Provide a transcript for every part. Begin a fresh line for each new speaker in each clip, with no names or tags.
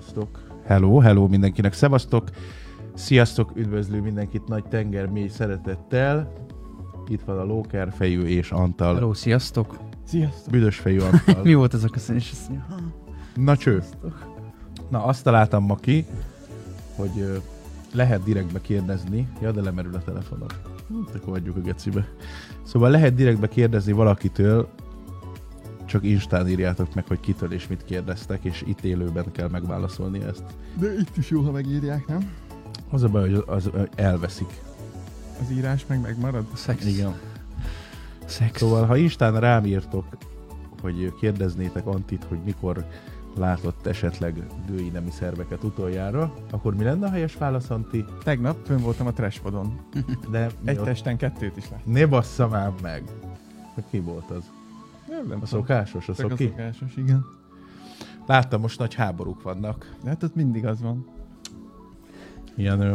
Szevasztok. Hello, hello mindenkinek. Szevasztok. Sziasztok, üdvözlő mindenkit nagy tenger mély szeretettel. Itt van a lókerfejű és Antal.
Hello, sziasztok!
Sziasztok. Büdösfejű Antal.
Mi volt ez a köszönés? Azt mondja,
Na cső. Na, azt találtam ma ki, hogy ö, lehet direktbe kérdezni. Ja, de lemerül a telefonom. Hm, Akkor adjuk a gecibe. Szóval lehet direktbe kérdezni valakitől, csak Instán írjátok meg, hogy kitől és mit kérdeztek, és itt élőben kell megválaszolni ezt.
De itt is jó, ha megírják, nem?
Az a baj, hogy az, az elveszik.
Az írás meg megmarad.
a szex. Szex.
Szóval, ha Instán rám írtok, hogy kérdeznétek Antit, hogy mikor látott esetleg női nemi szerveket utoljára, akkor mi lenne a helyes válasz, Anti?
Tegnap fönn voltam a Trashpodon.
De mi
Egy
ott-
testen kettőt is láttam.
Ne bassza már meg! Hogy Ki volt az?
Nem, nem
A
tudom.
szokásos, a
Csak a
szoki?
szokásos, igen.
Láttam, most nagy háborúk vannak.
De hát ott mindig az van.
Ilyen ö,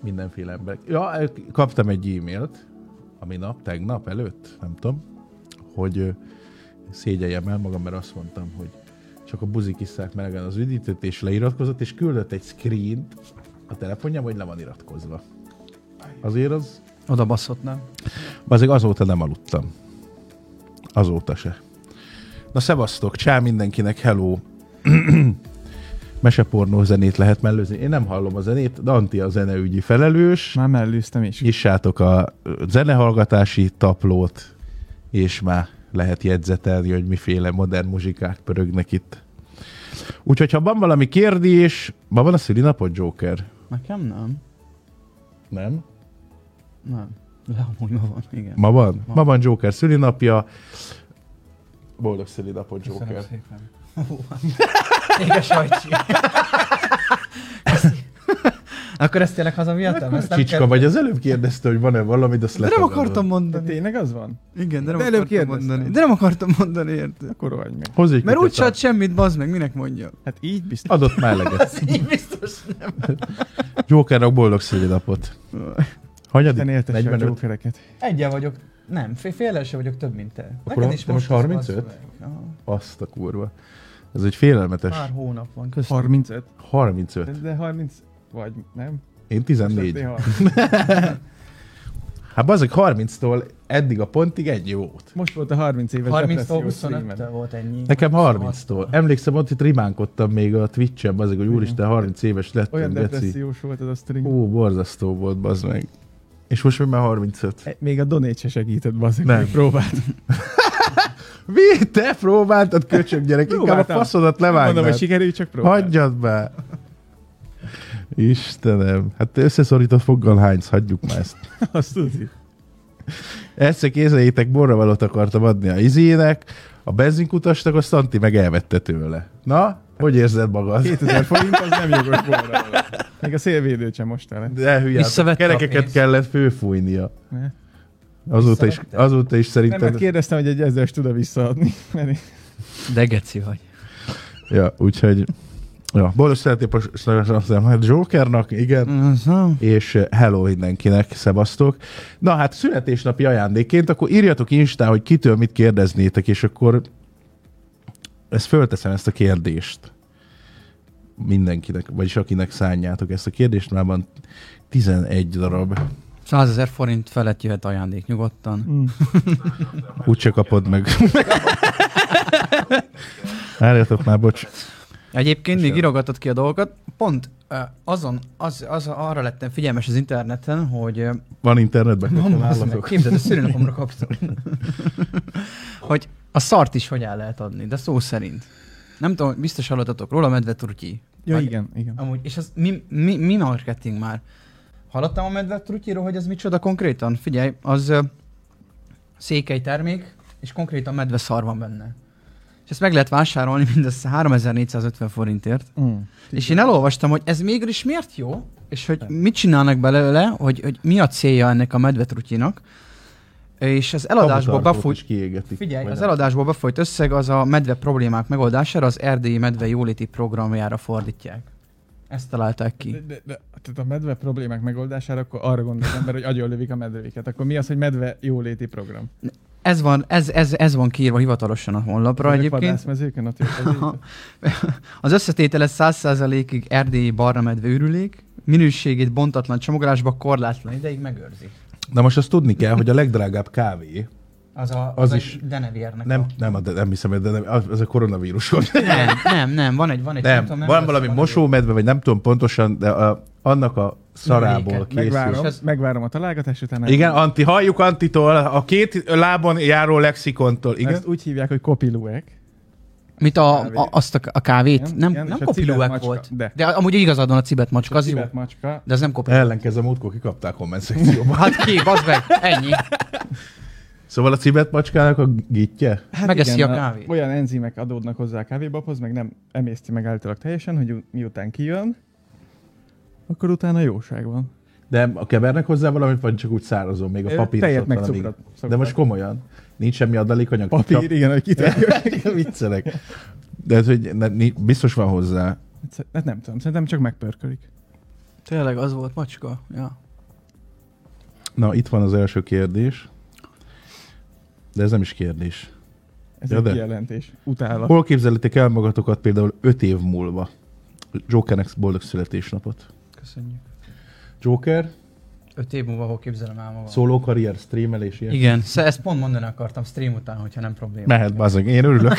mindenféle emberek. Ja, ö, kaptam egy e-mailt, ami nap, tegnap előtt, nem tudom, hogy ö, szégyeljem el magam, mert azt mondtam, hogy csak a buzik isszák melegen az üdítőt, és leiratkozott, és küldött egy screent a telefonjám, hogy le van iratkozva. Azért az,
Oda baszott, nem?
azért azóta nem aludtam. Azóta se. Na szevasztok, csá mindenkinek, hello! Mesepornó zenét lehet mellőzni. Én nem hallom a zenét, de Anti a zeneügyi felelős
Már mellőztem is.
nyissátok a zenehallgatási taplót, és már lehet jegyzetelni, hogy miféle modern muzsikák pörögnek itt. Úgyhogy, ha van valami kérdés, ma van a szülinapod, Joker?
Nekem nem.
Nem?
Nem. De amúgy ma van, igen.
Ma van?
Ma.
Ma, van Joker szülinapja. Boldog szülinapot, Joker.
szépen. Éges hajcsi. Köszi. Akkor ezt tényleg hazavihetem? Ezt nem
Csicska
kell-
vagy, az előbb kérdezte, hogy van-e valamit, azt
De nem
letagadod.
akartam
De
mondani.
tényleg az van?
Igen, de nem
De előbb
akartam
kérdeztem.
mondani. De nem akartam mondani, érted?
Akkor rohagy meg.
Hozz egy
Mert
kutyatát.
úgy se ad semmit, bazd meg, minek mondja.
Hát így biztos.
Adott már eleget.
Ez így biztos nem.
Jokernak boldog szülinapot. Hanyadik?
Isten éltesse
45.
a jokereket.
Egyen vagyok. Nem, fél, félel se vagyok több, mint te.
Akkor a- te most
lesz
35?
bazd meg. Aha.
Azt a kurva. Ez egy félelmetes.
Pár hónap van, köszönöm.
35.
35.
De, de 30 vagy, nem?
Én 14.
Most,
Hát bazeg 30-tól eddig a pontig egy jót.
most volt a 30 éves
30-tól
depressziós streamen.
25 volt ennyi. Szóval-
Nekem 30-tól. Emlékszem, ott itt rimánkodtam még a Twitch-en, bazeg, hogy úristen, 30 éves
Olyan
lettem, geci.
depressziós volt az a stream.
Ó, borzasztó volt, bazd meg. És most még már 35.
E- Még a donét se segített, bazzik,
Nem.
nem. próbált.
Mi? Te próbáltad, köcsög gyerek, inkább a
Próbáltam.
faszodat
Mondom, hogy
levágnád.
sikerül, csak próbált.
Hagyjad be! Istenem, hát te összeszorított foggal hánysz, hagyjuk már ezt.
Azt tudni.
Egyszer kézeljétek, borravalót akartam adni a izének, a benzinkutasnak, a Szanti meg elvette tőle. Na, hogy érzed magad?
2000 forint az nem jogos volna. Még a szélvédőt sem most el.
De hülye,
Visszavette a
kerekeket
pénzt.
kellett főfújnia.
Ne?
Azóta is,
Visszavette?
azóta is
Nem, hát mert
szerintem...
kérdeztem, hogy egy ezres tud-e visszaadni. Mert én-
De geci vagy.
Ja, úgyhogy... Ja, boldog szeretném Jokernak, igen. és eh, hello mindenkinek, szevasztok. Na hát születésnapi ajándékként, akkor írjatok Instán, hogy kitől mit kérdeznétek, és akkor ezt fölteszem ezt a kérdést mindenkinek, vagyis akinek szánjátok ezt a kérdést, már van 11 darab.
100 ezer forint felett jöhet ajándék nyugodtan.
Úgyse kapod meg. Álljatok már, bocs.
Egyébként még írogatott ki a dolgokat. Pont ö, azon, az, az, arra lettem figyelmes az interneten, hogy ö,
Van internetben?
Van az meg,
Nálatok?
képzeld, a szülőnapomra kaptam. hogy a szart is hogy el lehet adni, de szó szerint. Nem tudom, biztos hallottatok róla, medve trutyi.
Ja,
Vagy-
igen, igen.
Amúgy, és az mi, mi, mi marketing már? Hallottam a medve trutyiról, hogy ez micsoda konkrétan? Figyelj, az ö, székely termék, és konkrétan medve szar van benne. És ezt meg lehet vásárolni mindössze 3450 forintért.
Mm.
És én elolvastam, hogy ez mégis miért jó, és hogy mit csinálnak belőle, hogy, hogy mi a célja ennek a medvetrutyinak, és az eladásból
Kamutartót is
befolyt,
kiégetik.
figyelj,
Vagy
az
nem?
eladásból befolyt összeg az a medve problémák megoldására az erdélyi medve jóléti programjára fordítják. Ezt találták
De,
ki.
de, de, tehát a medve problémák megoldására, akkor arra gondol az ember, hogy agyonlövik a medvéket. Akkor mi az, hogy medve jóléti program?
ez van, ez, ez, ez van kiírva hivatalosan a honlapra
Ezek
egyébként.
Vadászmezéken a térkezéken.
Az összetétele 100%-ig erdélyi barna medve ürülék, minőségét bontatlan csomagolásba korlátlan ideig megőrzi.
Na most azt tudni kell, hogy a legdrágább kávé,
Az, a,
Az is.
A denevérnek
nem,
A...
nem, a- de nem hiszem, de nem, az, az a koronavírus volt.
Nem, nem, nem, van egy, van egy.
Nem, van valami mosómedve, vagy nem tudom pontosan, de a, annak a szarából
Üléket.
készül.
Megvárom,
És ez-
megvárom a találgatás után.
Igen, Anti, halljuk Antitól, a két lábon járó lexikontól,
Igen?
igen?
Ezt úgy hívják, hogy kopiluek.
Mit a,
Kávét.
a, azt a, a kávét?
Igen,
nem
igen,
nem
és a
kopilóek
cibet
volt.
macska, de.
de amúgy igazad van a cibet macska, az jó.
Tibet macska.
De ez nem kopilóek.
Ellenkezem, múltkor kikapták komment szekcióban.
Hát ki, bazd meg, ennyi.
Szóval a cibet macskának a gitje?
Hát
Megeszi
igen,
a kávét.
Olyan enzimek adódnak hozzá a kávébabhoz, meg nem emészti meg állítólag teljesen, hogy u- miután kijön, akkor utána jóság van.
De a kevernek hozzá valamit, vagy csak úgy szárazon, még a
Ö,
papír
tejet
ott
meg
van, amíg-
cukrot, cukrot.
De most komolyan. Nincs semmi adalékanyag.
Papír, igen, hogy kitörjön.
Csak... Viccelek. De ez, hogy ne, ni- biztos van hozzá.
Hát, hát nem tudom, szerintem csak megpörkölik.
Tényleg az volt macska. Ja.
Na, itt van az első kérdés. De ez nem is kérdés.
Ez
Ja,
egy
de.
kijelentés. Utála.
Hol képzelitek el magatokat például öt év múlva? Jokernek boldog születésnapot.
Köszönjük.
Joker,
Öt év múlva hol képzelem el magam?
szóló karrier, streamelés, ilyen.
Igen, Sze- ezt pont mondani akartam stream után, hogyha nem probléma.
Mehet, bazeg, én örülök.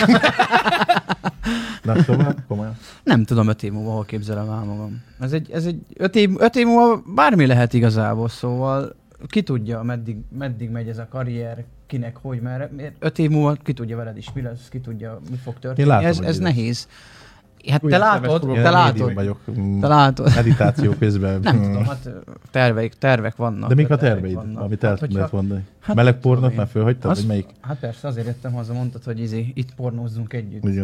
Na, szóval, komolyan.
Nem tudom öt év múlva, hol képzelem el magam. Ez egy, ez egy öt, év, öt év múlva bármi lehet igazából, szóval ki tudja, meddig, meddig megy ez a karrier, kinek, hogy, merre. Miért- Öt év múlva ki tudja veled is, mi lesz, ki tudja, mi fog történni.
látom,
ez
hogy
ez
mi lesz.
nehéz. Hát te
Újabb szemet
látod,
fogok
Én
te
a
látod,
médium vagyok. Mm,
te látod.
Meditáció közben.
Nem
Mm.
tudom, hát ö, terveik, tervek vannak.
De mik a terveid,
terveik vannak.
amit
Hát,
el
hogyha-
tudnád mondani?
hát
Meleg
nem tudom
pornot
én.
már fölhagytad,
Az-
vagy melyik?
Hát persze, azért jöttem haza, mondtad, hogy izé, itt pornózzunk együtt.
Ugye.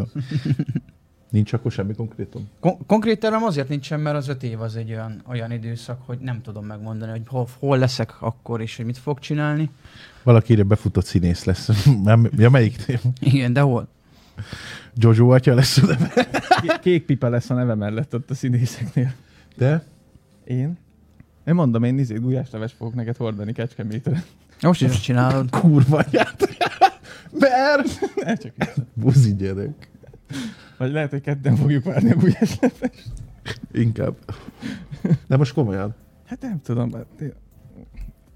Nincs akkor semmi konkrétum.
Kon- konkrét tervem azért nincsen, mert az öt év az egy olyan, olyan időszak, hogy nem tudom megmondani, hogy hol, hol leszek akkor, és hogy mit fog csinálni.
Valaki ide befutott színész lesz. Nem, ja, melyik?
Igen, de hol?
Jojo atya lesz oda.
Ké- Kék pipa lesz a neve mellett ott a színészeknél.
De?
Én? Én mondom, én izé, gulyásleves fogok neked hordani kecskemétre.
Most is azt csinálod.
Kurva anyát. Mert?
Ne, csak viccelek.
Buzi gyerek.
Vagy lehet, hogy ketten fogjuk várni a gulyásleves.
Inkább. De most komolyan.
Hát nem tudom. hát én-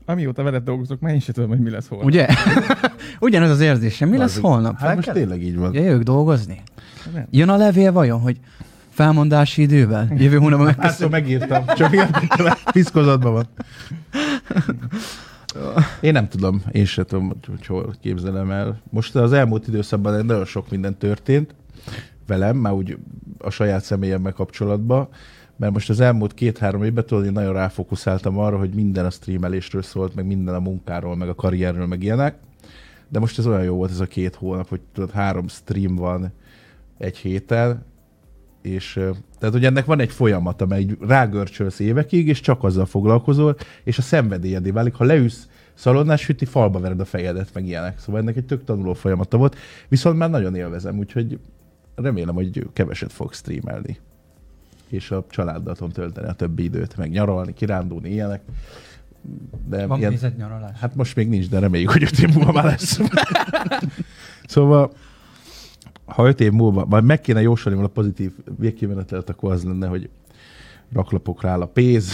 Amióta veled dolgozok, már én sem tudom, hogy mi lesz holnap.
Ugye? Ugyanez az érzésem. Mi lesz
Bazzik.
holnap?
Hát most
Fel kell?
tényleg így van.
Jöjjök dolgozni?
Nem.
Jön a levél vajon, hogy felmondási idővel? Jövő hónapban
Hát
megköszönöm.
szóval megírtam, csak ilyen piszkozatban van. Én nem tudom, én sem tudom, hogy hol képzelem el. Most az elmúlt időszakban nagyon sok minden történt velem, már úgy a saját személyemmel kapcsolatban, mert most az elmúlt két-három évben tudod, én nagyon ráfókuszáltam arra, hogy minden a streamelésről szólt, meg minden a munkáról, meg a karrierről, meg ilyenek. De most ez olyan jó volt ez a két hónap, hogy tudod, három stream van egy héten, és ö, tehát, hogy ennek van egy folyamata, amely így rágörcsölsz évekig, és csak azzal foglalkozol, és a szenvedélyedé válik. Ha leülsz szalonnás süti, falba vered a fejedet, meg ilyenek. Szóval ennek egy tök tanuló folyamata volt, viszont már nagyon élvezem, úgyhogy remélem, hogy keveset fog streamelni. És a családdal tudom tölteni a többi időt, meg nyaralni, kirándulni, ilyenek. De
Van
ilyen,
pénzed nyaralás.
Hát most még nincs, de reméljük, hogy öt év múlva már lesz. szóval, ha öt év múlva, majd meg kéne jósolni a pozitív végkimenetelt, akkor az lenne, hogy raklapok rá a pénz.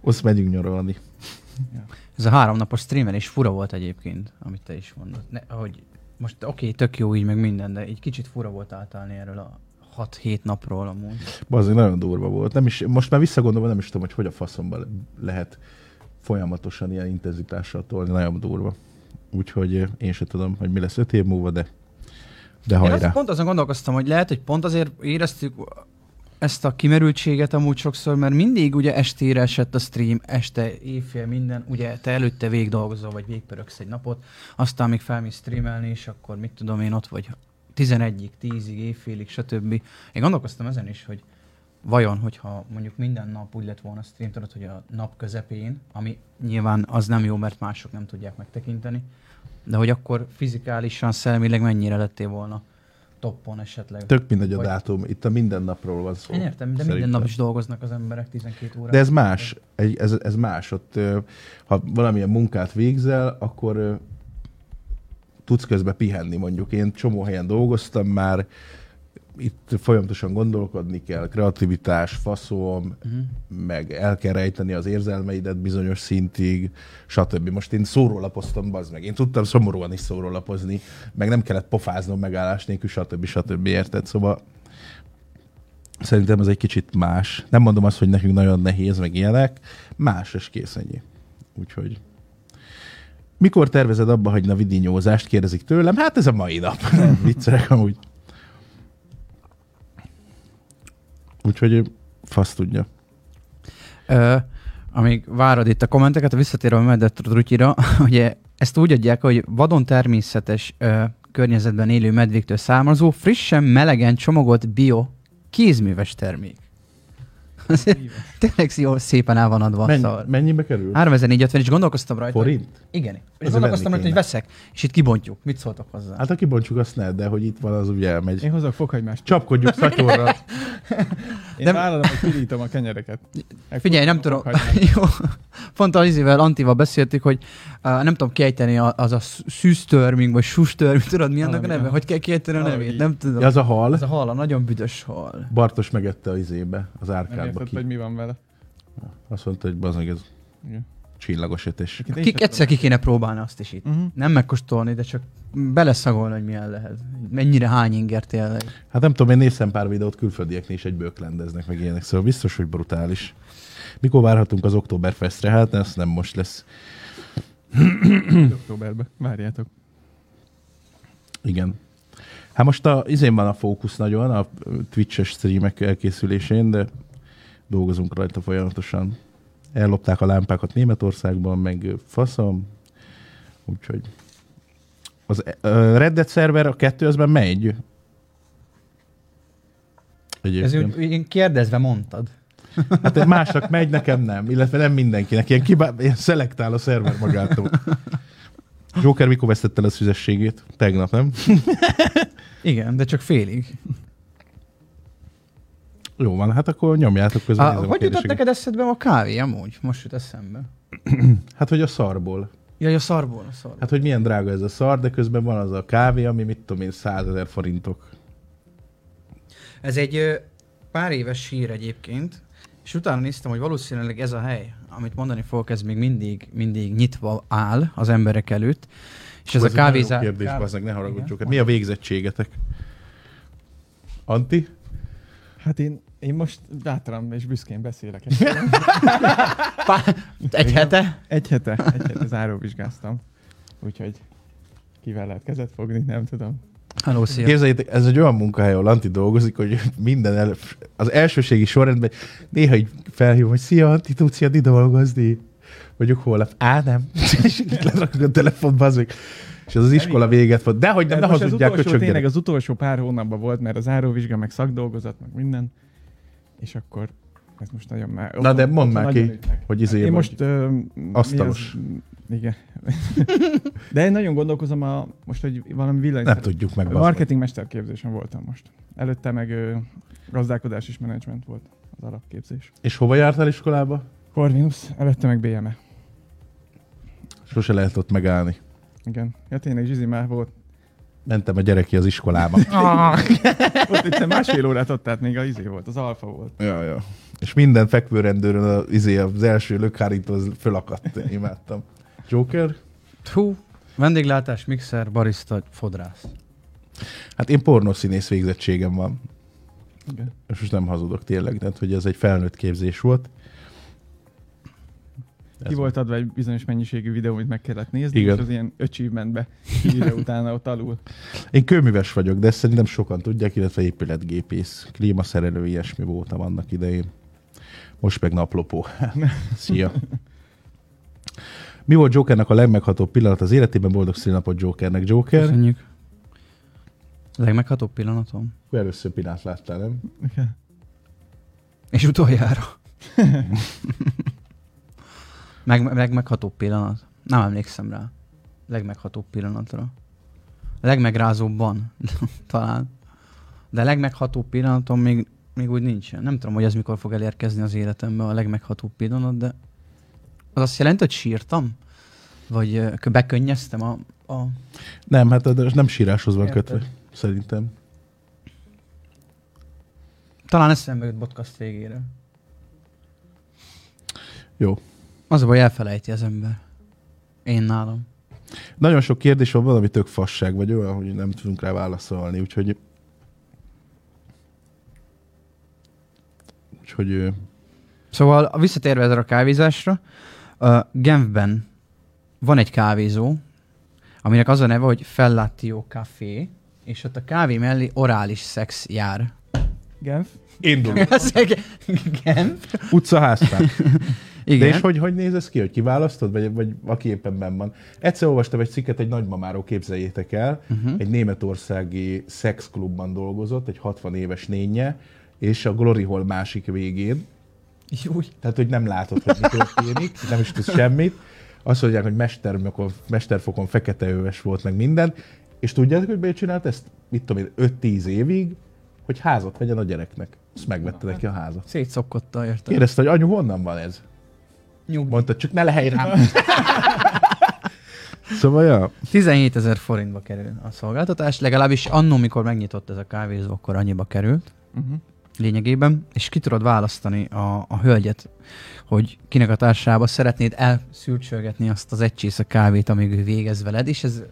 Azt megyünk nyaralni.
Ez a háromnapos streamen is fura volt egyébként, amit te is mondod. Ne, hogy most oké, okay, tök jó így, meg minden, de így kicsit fura volt átállni erről a 6-7 napról amúgy.
Bazzik, nagyon durva volt. Nem is, most már visszagondolva nem is tudom, hogy hogy a faszomban lehet folyamatosan ilyen intenzitással tolni. Nagyon durva. Úgyhogy eh, én sem tudom, hogy mi lesz öt év múlva, de, de
Én azt
hajrá.
pont azon gondolkoztam, hogy lehet, hogy pont azért éreztük ezt a kimerültséget amúgy sokszor, mert mindig ugye estére esett a stream, este, éjfél, minden, ugye te előtte vég dolgozol, vagy végpöröksz egy napot, aztán még felmész streamelni, és akkor mit tudom én, ott vagy 11-ig, 10-ig, éjfélig, stb. Én gondolkoztam ezen is, hogy vajon, hogyha mondjuk minden nap úgy lett volna stream, tudod, hogy a nap közepén, ami nyilván az nem jó, mert mások nem tudják megtekinteni, de hogy akkor fizikálisan, szellemileg mennyire lettél volna toppon esetleg.
Tök mindegy a
Vagy-
dátum. Itt a mindennapról van szó.
Én értem, de minden
szerintem.
nap is dolgoznak az emberek 12 órát.
De ez más. Egy, ez, ez más. Ott, ö, ha valamilyen munkát végzel, akkor ö, tudsz közben pihenni mondjuk. Én csomó helyen dolgoztam már, itt folyamatosan gondolkodni kell, kreativitás, faszom, uh-huh. meg el kell rejteni az érzelmeidet bizonyos szintig, stb. Most én szórólapoztam, bazd meg. Én tudtam szomorúan is szórólapozni, meg nem kellett pofáznom megállás nélkül, stb. stb. Érted? Szóval szerintem ez egy kicsit más. Nem mondom azt, hogy nekünk nagyon nehéz, meg ilyenek. Más, és kész ennyi. Úgyhogy... Mikor tervezed abba hagyni a vidinyózást, kérdezik tőlem. Hát ez a mai nap.
Mhm.
Viccelek amúgy. Úgyhogy fasz tudja.
Ö, amíg várod itt a kommenteket, visszatérve a medett rutyira, ugye ezt úgy adják, hogy vadon természetes ö, környezetben élő medvéktől származó, frissen, melegen csomagolt bio kézműves termék. Azért Tényleg jó, szépen el van adva a
Mennyi,
szar.
mennyibe kerül?
Hát-
3450, és gondolkoztam rajta. hogy-
Forint?
Igen. És
venni
gondolkoztam rajta,
kéne.
hogy veszek, és itt kibontjuk. Mit szóltok hozzá?
Hát aki bontsuk, azt ne, de hogy itt van, az ugye elmegy.
Én hozok fokhagymást.
Csapkodjuk szatyorra.
Én
De-
de... vállalom, hogy pirítom a kenyereket.
Figyelj, nem tudom.
Fokhagymás.
Jó. Pont az Izével, Antival beszéltük, hogy uh, nem tudom kiejteni a- az a szű- szűztörming, vagy sustörming, tudod mi annak a
Valami,
neve?
ja.
Hogy kell kiejteni a
Valahogy
nevét?
Ah, így.
Nem tudom.
az a hal.
Ez a hal, a nagyon büdös hal.
Bartos megette az izébe, az
Nem
árkádba
érted,
ki.
hogy mi van vele.
Azt mondta, hogy bazeg ez
Igen.
csillagos ötés.
Akit én
Kik
sem
egyszer ki kéne próbálni azt is itt.
tudom. Mhm.
Nem megkóstolni, de csak beleszagolni, hogy milyen lehet. Mennyire hány inger tényleg.
Hát nem tudom, én néztem pár videót, külföldieknél is egyből klendeznek meg ilyenek, szóval biztos, hogy brutális. Mikor várhatunk az Oktoberfestre? Hát ez nem most lesz.
Októberben. Várjátok.
Igen. Hát most a, izén van a fókusz nagyon, a Twitch-es streamek elkészülésén, de dolgozunk rajta folyamatosan. Ellopták a lámpákat Németországban, meg faszom, úgyhogy az e- ö, Red Dead Server a kettő, azben megy.
Ez
Egyébként.
úgy, én kérdezve mondtad.
Hát másnak megy, nekem nem. Illetve nem mindenkinek. Ilyen, kibá... Ilyen szelektál a szerver magától. Joker mikor vesztette el a szüzességét? Tegnap, nem?
Igen, de csak félig.
Jó van, hát akkor nyomjátok közben.
Á,
nézem a
hogy jutott
kérdéseket.
neked eszedbe a kávé amúgy? Most jut eszembe.
Hát, hogy a szarból.
Jaj, a szarból, a szarból.
Hát, hogy milyen drága ez a szar, de közben van az a kávé, ami mit tudom én, százezer forintok.
Ez egy ö, pár éves hír egyébként, és utána néztem, hogy valószínűleg ez a hely, amit mondani fogok, ez még mindig, mindig nyitva áll az emberek előtt, és ez
Hú,
a
egy nagyon jó
kávézás...
kérdés,
kávé-
bazdmeg, ne haragudj,
Igen.
Joker. Mi a végzettségetek? Anti?
Hát én, én most bátran és büszkén beszélek.
Pá- Egy hete?
Egy hete, egy hete záróvizsgáztam. Úgyhogy kivel lehet kezet fogni, nem tudom.
Halló, szia.
Képzeljétek, ez egy olyan munkahely, ahol Anti dolgozik, hogy minden el, az elsőségi sorrendben néha így felhívom, hogy szia Anti, tudsz jönni dolgozni? Vagyok holnap. Á, nem. És így lerakod a telefon, bazzik. És az az iskola véget volt. Dehogy nem, ne
most az
hazudják,
utolsó,
köcsög
tényleg
gyerek.
az utolsó pár hónapban volt, mert az záróvizsga, meg szakdolgozat, meg minden. És akkor ez most nagyon már...
Na de mondd már
nagyon
ki,
ütnek.
hogy izé
Én
vagy.
most... Ö, mi
Asztalos.
az? Igen. de én nagyon gondolkozom a... Most, hogy valami villany...
Nem tudjuk meg. bazd meg.
Marketing mesterképzésen voltam most. Előtte meg ö, gazdálkodás és menedzsment volt az alapképzés.
És hova jártál iskolába?
Corvinus, előtte meg E. BME.
Sose lehet ott megállni.
Igen. Ja tényleg Zsizi már volt.
Mentem a gyereki az iskolába.
Ott itt másfél órát ott, tehát még a izé volt, az alfa volt.
ja, ja. És minden fekvőrendőrön az, izé, az első lökhárító az fölakadt. Imádtam. Joker?
Hú, vendéglátás, mixer, barista, fodrász.
Hát én pornószínész végzettségem van.
Igen.
és most nem hazudok tényleg, tehát hogy ez egy felnőtt képzés volt.
Ki volt adva egy bizonyos mennyiségű videó, amit meg kellett nézni,
Igen.
és az ilyen achievementbe írja utána ott alul.
Én kőműves vagyok, de ezt szerintem sokan tudják, illetve épületgépész, klímaszerelő, ilyesmi voltam annak idején. Most meg naplopó. Szia! Mi volt Jokernek a legmeghatóbb pillanat az életében? Boldog színapot Jokernek, Joker.
Köszönjük. Legmeghatóbb pillanatom.
Először pillanat láttál, nem?
És utoljára. meg, meg, meghatóbb pillanat. Nem emlékszem rá. Legmeghatóbb pillanatra. Legmegrázóbban, talán. De legmeghatóbb pillanatom még, még úgy nincsen. Nem tudom, hogy ez mikor fog elérkezni az életembe a legmeghatóbb pillanat, de az azt jelenti, hogy sírtam? Vagy ö, kö- bekönnyeztem a a...
Nem, hát ez nem síráshoz van
Érted.
kötve, szerintem.
Talán eszembe jut podcast végére.
Jó.
Az a baj, elfelejti az ember. Én nálam.
Nagyon sok kérdés van, valami tök fasság, vagy olyan, hogy nem tudunk rá válaszolni, úgyhogy... Úgyhogy... ö,
Szóval visszatérve ezzel a kávézásra, uh, Genfben van egy kávézó, aminek az a neve, hogy Fellatio Café, és ott a kávé mellé orális szex jár.
Genf.
Indul.
Ez egy- Genf?
Utca háztán. De és
Igen.
hogy, hogy néz ez ki, hogy kiválasztod, vagy, vagy aki éppen benn van? Egyszer olvastam egy cikket egy nagymamáról, képzeljétek el, uh-huh. egy németországi szexklubban dolgozott, egy 60 éves nénye, és a Glory Hall másik végén,
Jó,
tehát hogy nem látod, hogy mi történik, nem is tudsz semmit. Azt mondják, hogy mestermokon, mesterfokon fekete öves volt meg minden, és tudjátok, hogy miért csinált ezt, mit tudom én, 5-10 évig, hogy házat vegyen a gyereknek. Ezt megvette neki a házat.
szétszokkotta, érted?
Kérdezte, hogy anyu, honnan van ez?
Nyugdíj.
Mondta, csak ne lehelj rám. szóval, ja.
17 ezer forintba kerül a szolgáltatás, legalábbis annó, mikor megnyitott ez a kávézó, akkor annyiba került
Uh-huh.
lényegében, és ki tudod választani a, a hölgyet, hogy kinek a társába szeretnéd elszülcsölgetni azt az egy csésze kávét, amíg ő végez veled, és ez,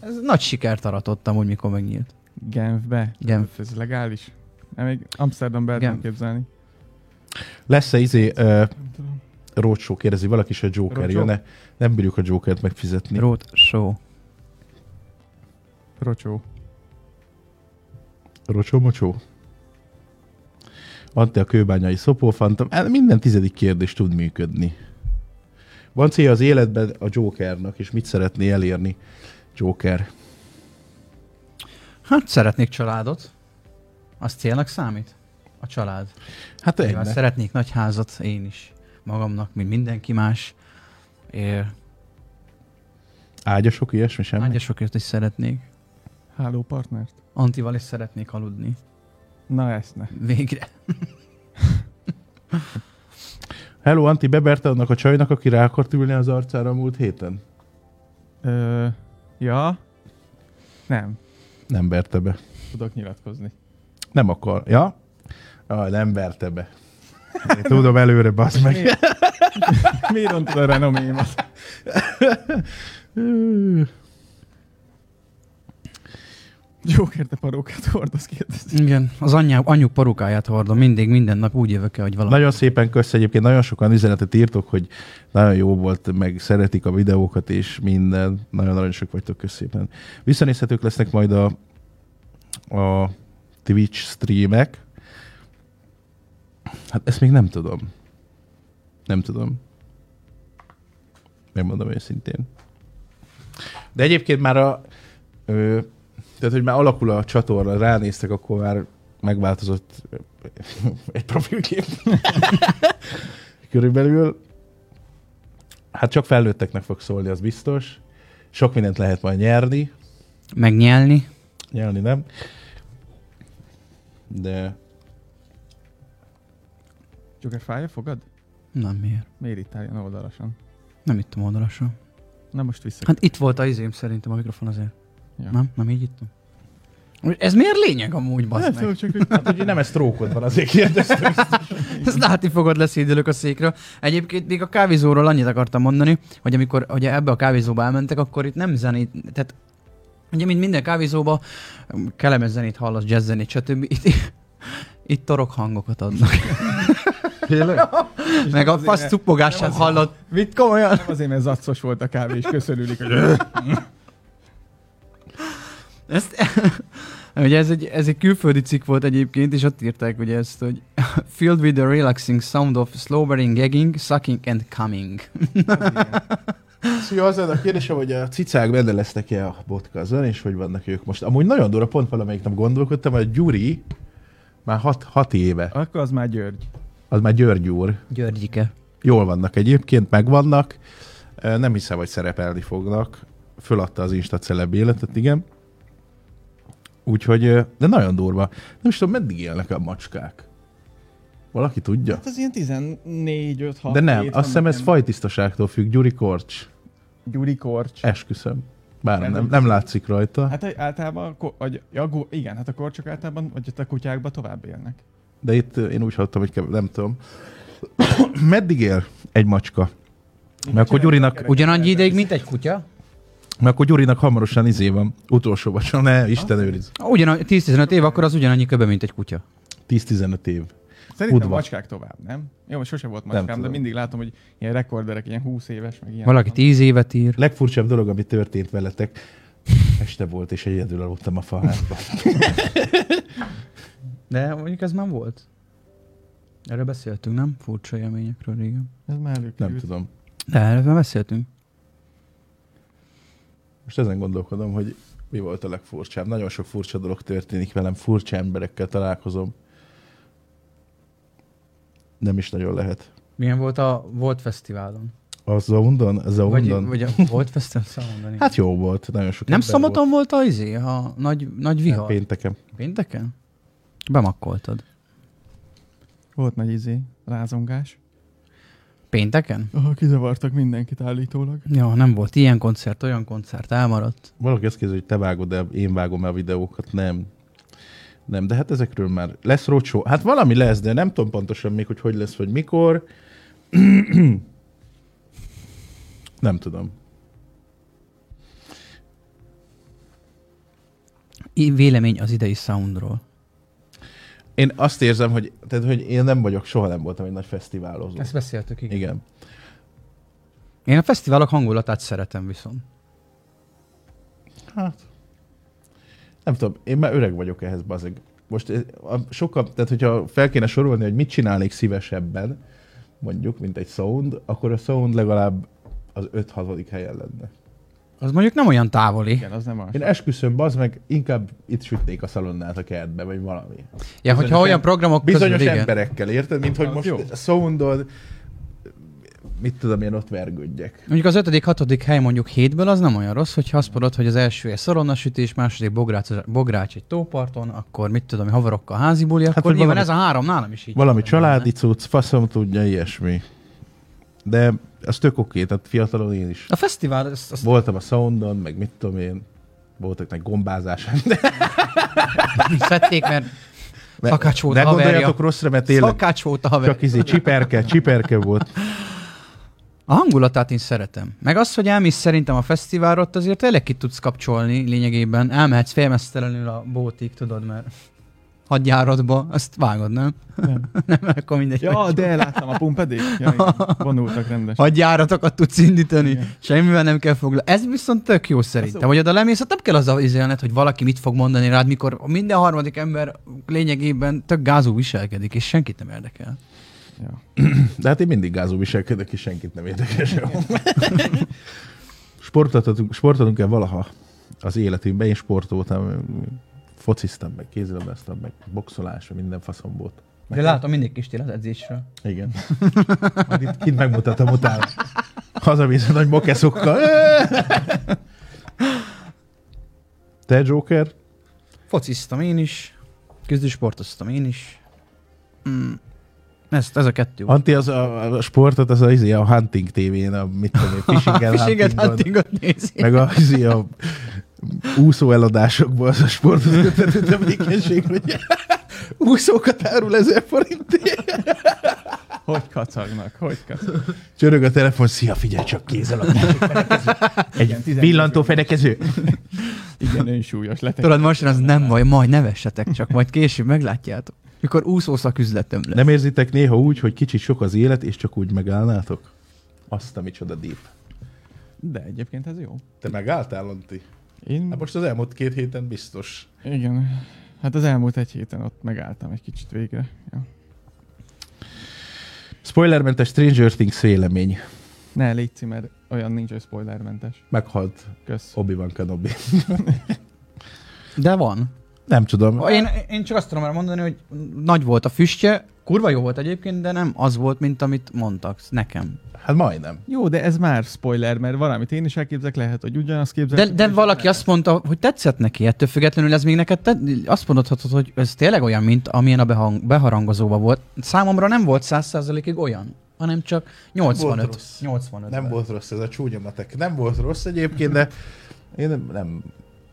ez nagy sikert aratott amúgy, mikor megnyílt.
Genfbe.
Genf.
Ez legális. Nem, még Amsterdambe el
Genf.
tudom képzelni.
Lesz-e izé uh,
Nem tudom.
Roadshow kérdezi, valaki se Joker
Roadshow?
jön -e? Nem bírjuk a Jokert megfizetni.
Road show.
Rocsó.
Rocsó mocsó. Ante a kőbányai szopófantom. Hát Minden tizedik kérdés tud működni. Van célja az életben a Jokernak, és mit szeretné elérni Joker?
Hát szeretnék családot. Az célnak számít? A család.
Hát
Így van,
egynek.
szeretnék nagy házat én is magamnak, mint mindenki más. É,
Ágyasok, ilyesmi semmi?
ágyasokért is szeretnék.
Háló partnert.
Antival is szeretnék aludni.
Na ezt ne.
Végre.
Hello, Anti, beberte annak a csajnak, aki rá akart ülni az arcára a múlt héten?
Ö, ja. Nem.
Nem berte be.
Tudok nyilatkozni.
Nem akar. Ja? Ah, nem verte be. Én tudom előre, bassz meg.
Miért? Miért rontod a renomémat? Joker, te parókát hordasz kérdezni.
Igen, az anyja, anyjuk parukáját hordom, mindig, minden nap úgy jövök el, hogy valami.
Nagyon szépen kösz egyébként, nagyon sokan üzenetet írtok, hogy nagyon jó volt, meg szeretik a videókat és minden. Nagyon aranyosak vagytok, kösz szépen. Visszanézhetők lesznek majd a, a Twitch streamek. Hát ezt még nem tudom. Nem tudom. Megmondom őszintén. De egyébként már a... Ö, tehát, hogy már alakul a csatorna, ránéztek, akkor már megváltozott egy profilkép. Körülbelül. Hát csak felnőtteknek fog szólni, az biztos. Sok mindent lehet majd nyerni.
Megnyelni.
Nyerni nem. De
Joker, fáj a fogad?
Nem miért?
Miért itt álljon oldalasan?
Nem ittam oldalasra.
Na most vissza.
Hát itt volt a izém szerintem a mikrofon azért.
Ja.
Ja. Nem? Nem így ittam? Úgy, Ez miért lényeg amúgy,
Nem
bazd meg?
tudom, csak hogy...
hát ugye nem ez trókod van, azért kérdeztem.
Ezt látni fogod, leszédülök a székről. Egyébként még a kávézóról annyit akartam mondani, hogy amikor hogy ebbe a kávézóba elmentek, akkor itt nem zenét, tehát ugye mint minden kávézóba um, kellemes zenét hallasz, jazz zenét, stb. Itt, itt torok hangokat adnak.
Tényleg?
Meg a fasz cuppogását hallod. Mit komolyan?
Nem azért, mert zaccos volt a kávé, és köszönülik, hogy...
Ezt, ugye ez egy, ez egy külföldi cikk volt egyébként, és ott írták ugye ezt, hogy Filled with the relaxing sound of slobbering, gagging, sucking and coming.
Szia, az lenne a kérdésem, hogy a cicák benne lesznek-e a botkazon, és hogy vannak ők most. Amúgy nagyon durva, pont valamelyik nap gondolkodtam, hogy a Gyuri már hat, hat éve,
Akkor az már György.
az már György úr.
Györgyike.
Jól vannak egyébként, megvannak. Ö, Nem hiszem, hogy szerepelni fognak. Föladta az Insta celeb életet, igen. Úgyhogy, ö, de nagyon durva. Nem is tudom, meddig élnek a macskák. Valaki tudja?
Hát az ilyen 14 5 6
De nem, azt hiszem ez fajtisztaságtól függ. Gyuri Korcs,
Gyuri Korcs.
esküszöm. Bár nem, nem látszik rajta.
Hát egy- általában, a ko- vagy, ja, gu- igen, hát a korcsok általában, vagy ott a kutyákban tovább élnek.
De itt ö, én úgy hallottam, hogy kev- nem tudom. Meddig él egy macska? Mert akkor, Gyurinak,
Ugyanannyi ideig, mint egy kutya?
mert akkor Gyurinak hamarosan izé van. Utolsó vacsora. Ne, Isten őriz.
Ugyan, 10-15 év, akkor az ugyanannyi köbe, mint egy kutya.
10-15 év.
Szerintem
Udvar.
Udva. macskák tovább, nem? Jó, most sose volt
Nem
macskám, de
tudom.
mindig látom, hogy ilyen rekorderek, ilyen 20 éves, meg ilyen.
Valaki 10 évet ír.
Legfurcsább dolog, ami történt veletek, este volt, és egyedül aludtam a faházban.
De mondjuk ez már volt. Erről beszéltünk, nem? Furcsa élményekről régen.
Ez már előkerült.
Nem tudom.
De erről már beszéltünk.
Most ezen gondolkodom, hogy mi volt a legfurcsább. Nagyon sok furcsa dolog történik velem, furcsa emberekkel találkozom. Nem is nagyon lehet.
Milyen volt a Volt Fesztiválon?
Az Zaundon?
Vagy,
Zaundon?
vagy a Volt Fesztiválon szabad mondani.
Hát jó volt, nagyon sok
nem
ember volt.
szombaton volt a izé, a nagy, nagy
Nem,
vihar?
Pénteken.
Pénteken? Bemakkoltad.
Volt nagy izé, rázongás.
Pénteken?
Aha, kizavartak mindenkit állítólag.
Ja, nem volt ilyen koncert, olyan koncert, elmaradt.
Valaki azt kérdezi, hogy te vágod el, én vágom el a videókat. Nem. Nem, de hát ezekről már lesz rocsó. Hát valami lesz, de nem tudom pontosan még, hogy hogy lesz, vagy mikor. nem tudom.
I- vélemény az idei soundról.
Én azt érzem, hogy, tehát, hogy én nem vagyok, soha nem voltam egy nagy fesztiválozó.
Ezt beszéltük, igen.
Igen.
Én a fesztiválok hangulatát szeretem viszont.
Hát. Nem tudom, én már öreg vagyok ehhez, bazeg. Most ez- a- sokkal, tehát hogyha fel kéne sorolni, hogy mit csinálnék szívesebben, mondjuk, mint egy sound, akkor a sound legalább az 5-6. helyen lenne.
Az mondjuk nem olyan távoli.
Igen, az nem az.
Én esküszöm, bazd meg, inkább itt sütnék a szalonnát a kertbe, vagy valami.
Ja, hogyha
bizonyos
olyan
em-
programok
Bizonyos
közül, igen.
emberekkel, érted? Mint hogy
Az
most
jó.
soundod, mit tudom én, ott vergődjek.
Mondjuk az ötödik, hatodik hely mondjuk hétből az nem olyan rossz, hogyha azt mondod, hogy az első egy szoronnasütés, második bogrács, bogrács egy tóparton, akkor mit tudom, havarokkal házi buli, hát, akkor
vagy
nyilván
valami-
ez a három nálam is így.
Valami
lenne.
családi cucc, faszom tudja, ilyesmi. De az tök oké, tehát fiatalon én is
A fesztivál, azt, azt
Voltam a Soundon, meg mit tudom én, voltak meg gombázások.
szedték, mert szakács volt
ne
a haverja.
gondoljatok rosszra, mert tényleg
Szakács volt a haverja.
csak izé csiperke, csiperke volt.
A hangulatát én szeretem. Meg az, hogy elmész szerintem a fesztiválra, ott azért tényleg ki tudsz kapcsolni lényegében. Elmehetsz félmeztelenül a bótig, tudod, mert hadjáratba, azt vágod, nem?
Nem.
nem, akkor mindegy. hogy-
Ja, de láttam a pumpedék. Ja, igen. vonultak rendesen.
hadjáratokat tudsz indítani,
Igen.
semmivel nem kell foglalkozni. Ez viszont tök jó szerintem,
jó.
hogy oda lemész, ott nem kell az a izélnet, hogy valaki mit fog mondani rád, mikor minden harmadik ember lényegében tök gázú viselkedik, és senkit nem érdekel.
Ja.
De hát én mindig gázú viselkedek, és senkit nem érdekel sem. Sportoltatunk, sportolunk-e valaha az életünkben? Én sportoltam, fociztam meg, kézilabdáztam meg, boxolás, meg minden faszom volt.
De látom, mindig kis az edzésre.
Igen. Majd itt kint megmutatom utána. Hazamész a nagy mokeszokkal. Te, Joker?
Fociztam én is, küzdősportoztam én is. Mm. Ezt, ez a kettő. volt.
Anti, az a, a sportot, az a, izé, a hunting tévén, a mit tudom én, fishing and
Fishinget,
huntingon,
huntingot nézi.
meg a, izé, a úszó eladásokból az a sportot kötető tevékenység, hogy úszókat árul ezer forintért.
Hogy kacagnak, hogy kacagnak.
Csörög a telefon, szia, figyelj csak kézzel a másik fedekező. Egy pillantó fedekező.
Igen, önsúlyos lett.
Tudod, most az nem baj, majd nevessetek csak, majd később meglátjátok. Mikor úszószak üzletem lesz.
Nem érzitek néha úgy, hogy kicsit sok az élet, és csak úgy megállnátok? Azt a micsoda deep.
De egyébként ez jó.
Te megálltál, Anti?
Én...
Hát most az elmúlt két héten biztos.
Igen. Hát az elmúlt egy héten ott megálltam egy kicsit végre. Ja.
Spoilermentes Stranger Things vélemény.
Ne, légy mert olyan nincs, hogy spoilermentes.
Meghalt
Kösz.
Obi-Wan Kenobi.
De van.
Nem tudom.
Én, én csak azt tudom már mondani, hogy nagy volt a füstje, kurva jó volt egyébként, de nem az volt, mint amit mondtak nekem.
Hát majdnem.
Jó, de ez már spoiler, mert valamit én is elképzelek, lehet, hogy ugyanazt
De,
képzelek.
de valaki azt mondta, hogy tetszett neki, ettől függetlenül ez még neked te, azt mondhatod, hogy ez tényleg olyan, mint amilyen a behang, beharangozóban volt. Számomra nem volt 100%-ig olyan, hanem csak
volt
85.
rossz.
85
Nem volt rossz ez a csúnya matek. Nem volt rossz egyébként, de Én nem, nem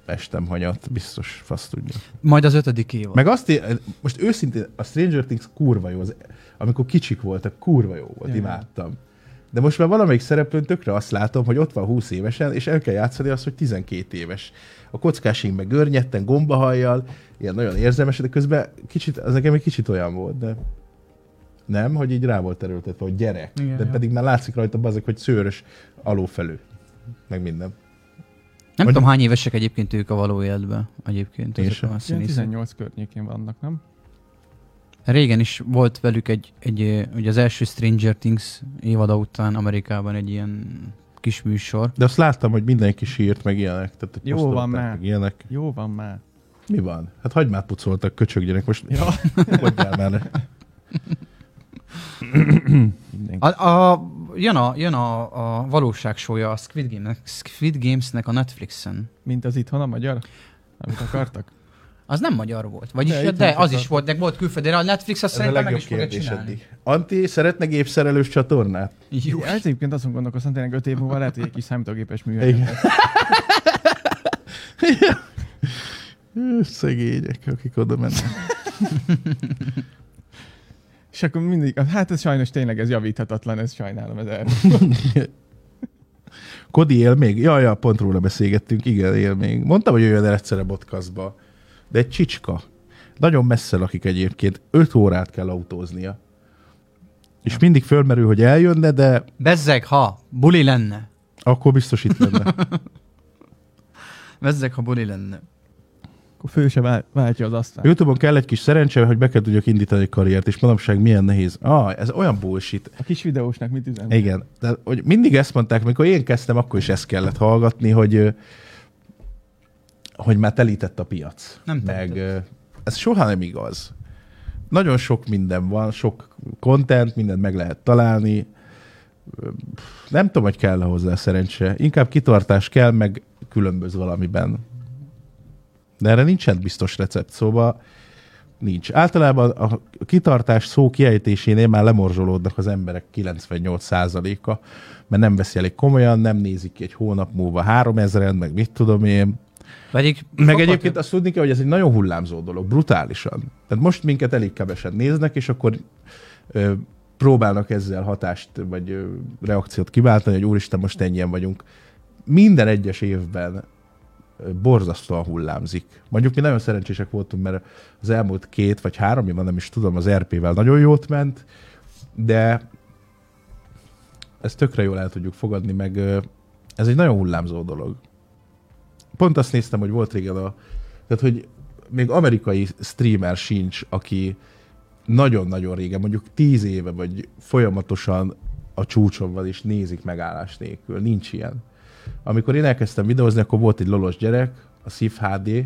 estem hanyat, biztos, fasz tudja.
Majd az ötödik évad.
Meg azt, é- most őszintén, a Stranger Things kurva jó, az, amikor kicsik voltak, kurva jó volt,
Ja.
imádtam. De most már valamelyik szereplőn tökre azt látom, hogy ott van 20 évesen, és el kell játszani azt, hogy 12 éves. A kockásig meg görnyetten, gombahajjal, ilyen nagyon érzelmes, de közben kicsit, az nekem egy kicsit olyan volt, de nem, hogy így rá volt erőltetve, hogy gyerek.
Igen,
de
ja.
pedig már látszik rajta azok, hogy szőrös alófelő, meg minden.
Nem
Vagy-
tudom, hány évesek egyébként ők a való életben egyébként.
Én
ezek
sem.
a
Ilyen
színészek.
18 környékén vannak, nem?
Régen is volt velük egy, egy, ö, ugye az első Stranger Things évada után Amerikában egy ilyen kis műsor.
De azt láttam, hogy mindenki sírt, meg ilyenek. Tehát, hogy
Jó
posztolták,
van már.
meg ilyenek.
Jó van már.
Mi van? Hát hagymát pucoltak, köcsögjenek most. Ja. Mondjál már ne.
Mindenki.
A, a, jön a, jön a, a valóság sója a Squid, Game-nek, Squid Games-nek a Netflixen.
Mint az itthon a magyar, amit akartak.
Az nem magyar volt. Vagyis,
De,
de,
itt nem
de az
akartam.
is volt, de volt külföldön. A Netflix azt
Ez a
szerintem meg
legjobb
is fogja
kérdés
csinálni.
eddig. Anti, szeretne gépszerelős csatornát?
Jó.
Jó. Ez egyébként azon gondolkoztam, tényleg 5 év múlva lehet, hogy egy kis számítógépes műhely.
Igen. Szegények, akik oda mennek.
És akkor mindig, hát ez sajnos tényleg ez javíthatatlan, ez sajnálom, ez el.
Kodi él még? Ja, ja, pont róla beszélgettünk. Igen, él még. Mondtam, hogy jöjjön el egyszerre podcastba. De egy csicska. Nagyon messze lakik egyébként. 5 órát kell autóznia. És mindig fölmerül, hogy eljönne, de
Bezzeg, ha buli lenne.
akkor biztos itt lenne.
Bezzeg, ha buli lenne.
Akkor fő se vál, váltja az asztalt.
Youtube-on kell egy kis szerencse, hogy be kell tudjak indítani egy karriert, és manapság milyen nehéz. Ah, ez olyan bullshit.
A kis videósnak mit üzen?
Igen. De, hogy mindig ezt mondták, mikor én kezdtem, akkor is ezt kellett hallgatni, hogy, ö, hogy már telített a piac.
Nem
Meg,
telített.
ö, ez soha nem igaz. Nagyon sok minden van, sok content, mindent meg lehet találni. Ö, Nem tudom, hogy kell hozzá szerencse. Inkább kitartás kell, meg különböz valamiben. De erre nincsen biztos recept, szóval nincs. Általában a kitartás szó kiejtésénél már lemorzsolódnak az emberek 98%-a, mert nem veszi elég komolyan, nem nézik ki egy hónap múlva 3000-en, meg mit tudom én.
Pedig
Meg
sokat-
egyébként azt tudni kell, hogy ez egy nagyon hullámzó dolog, brutálisan. Tehát most minket elég kevesen néznek, és akkor ö, próbálnak ezzel hatást vagy ö, reakciót kiváltani, hogy úristen, most ennyien vagyunk. Minden egyes évben ö, borzasztóan hullámzik. Mondjuk mi nagyon szerencsések voltunk, mert az elmúlt két vagy három évben, nem is tudom, az RP-vel nagyon jót ment, de ezt tökre jól el tudjuk fogadni, meg ö, ez egy nagyon hullámzó dolog pont azt néztem, hogy volt régen a... Tehát, hogy még amerikai streamer sincs, aki nagyon-nagyon régen, mondjuk tíz éve, vagy folyamatosan a csúcson van, és nézik megállás nélkül. Nincs ilyen. Amikor én elkezdtem videózni, akkor volt egy lolos gyerek, a Szív HD,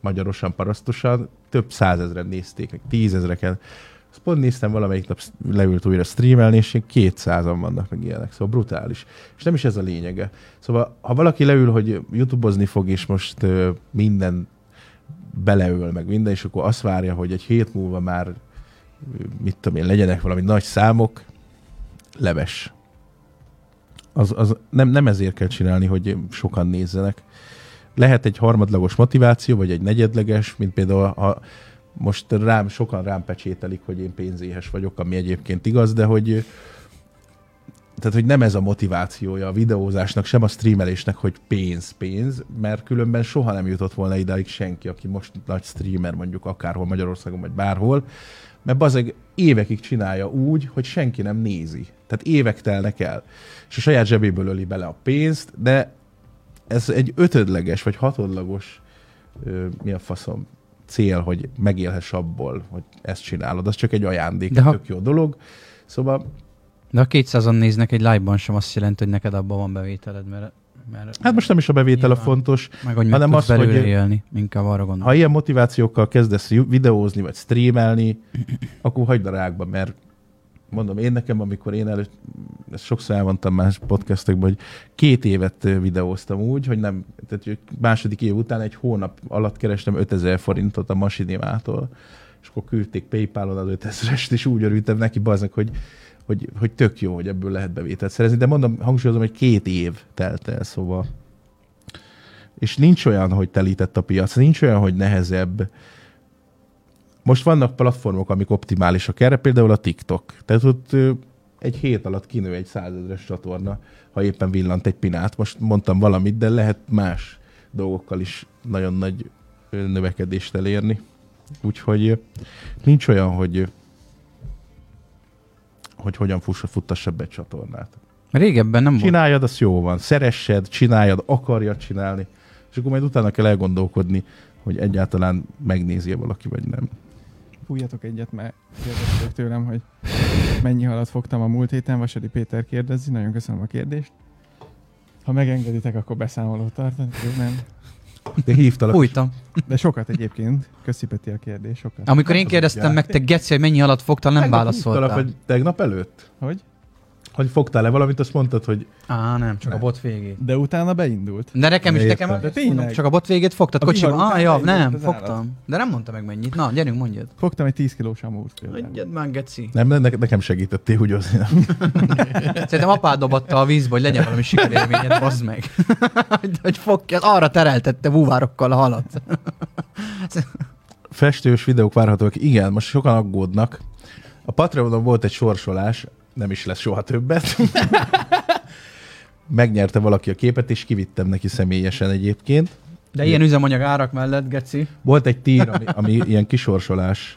magyarosan, parasztosan, több százezren nézték, meg tízezreken. Azt pont néztem valamelyik nap, leült újra streamelni, és ilyen 200-an vannak meg ilyenek, szóval brutális. És nem is ez a lényege. Szóval, ha valaki leül, hogy youtubozni fog, és most ö, minden beleöl, meg minden, és akkor azt várja, hogy egy hét múlva már, ö, mit tudom én, legyenek valami nagy számok, leves. Az, az nem, nem ezért kell csinálni, hogy sokan nézzenek. Lehet egy harmadlagos motiváció, vagy egy negyedleges, mint például, ha most rám, sokan rám pecsételik, hogy én pénzéhes vagyok, ami egyébként igaz, de hogy ö, tehát, hogy nem ez a motivációja a videózásnak, sem a streamelésnek, hogy pénz, pénz, mert különben soha nem jutott volna idáig senki, aki most nagy streamer mondjuk akárhol Magyarországon, vagy bárhol, mert bazeg évekig csinálja úgy, hogy senki nem nézi. Tehát évek telnek el. És a saját zsebéből öli bele a pénzt, de ez egy ötödleges, vagy hatodlagos, ö, mi a faszom, cél, hogy megélhess abból, hogy ezt csinálod. Az csak egy ajándék,
De
egy
ha-
tök jó dolog. Szóval
De ha 200-an néznek egy live-ban sem, azt jelenti, hogy neked abban van bevételed, mert, mert
Hát most nem is a bevétel a
Nyilván.
fontos.
meg hogy meg
hanem
tudsz
az, hogy-
belőle élni. Inkább arra gondolok.
Ha ilyen motivációkkal kezdesz ju- videózni, vagy streamelni, akkor hagyd a rákba, mert mondom, én nekem, amikor én előtt, ezt sokszor elmondtam más podcastekben, hogy két évet ö, videóztam úgy, hogy nem, tehát hogy második év után egy hónap alatt kerestem 5000 forintot a masinimától, és akkor küldték Paypalon az 5000-est, és úgy örültem neki baznak, hogy, hogy, hogy tök jó, hogy ebből lehet bevételt szerezni, de mondom, hangsúlyozom, hogy két év telt el, szóval és nincs olyan, hogy telített a piac, nincs olyan, hogy nehezebb. Most vannak platformok, amik optimálisak erre, például a TikTok. Tehát ott ö, egy hét alatt kinő egy százezres csatorna, ha éppen villant egy pinát. Most mondtam valamit, de lehet más dolgokkal is nagyon nagy ö, növekedést elérni. Úgyhogy ö, nincs olyan, hogy ö, hogy hogyan fuss, futtassa be egy csatornát.
Régebben nem volt.
Csináljad, az jó van. Szeressed, csináljad, akarjad csinálni. És akkor majd utána kell elgondolkodni, hogy egyáltalán megnézi valaki, vagy nem.
Fújjatok egyet, mert kérdezték tőlem, hogy mennyi halat fogtam a múlt héten. Vasari Péter kérdezi, nagyon köszönöm a kérdést. Ha megengeditek, akkor beszámolót tartani. Jó, nem?
De hívtalak. Úgy.
Fújtam.
De sokat egyébként. Köszi Peti a kérdés, sokat.
Amikor
Az
én
a
kérdeztem
gyár.
meg, te geci, hogy mennyi alatt fogtál, nem válaszoltál.
Hívtalak, hogy tegnap előtt?
Hogy?
Hogy fogtál-e valamit, azt mondtad, hogy
Á, nem, csak a bot végét.
De utána beindult.
De nekem is,
Értem.
nekem
De tényleg.
mondom, csak a bot végét fogtad
A
kocsiba.
vihar után
Á, ja,
beindult
nem,
az állat.
fogtam. De nem mondta meg mennyit. Na, gyerünk, mondjad.
Fogtam egy 10 kilós amúrt. például.
már, geci.
nem, ne, nekem segítettél, hogy az
Szerintem apád dobatta a vízbe, hogy legyen valami sikerélményed, bazd meg. hogy, hogy fogja, arra tereltette búvárokkal a halat.
festős videók várhatóak. Igen, most sokan aggódnak. A Patreonon volt egy sorsolás, nem is lesz soha többet. Megnyerte valaki a képet, és kivittem neki személyesen egyébként.
De ilyen üzemanyag árak mellett, geci.
Volt egy tír, ami, ami ilyen kisorsolás,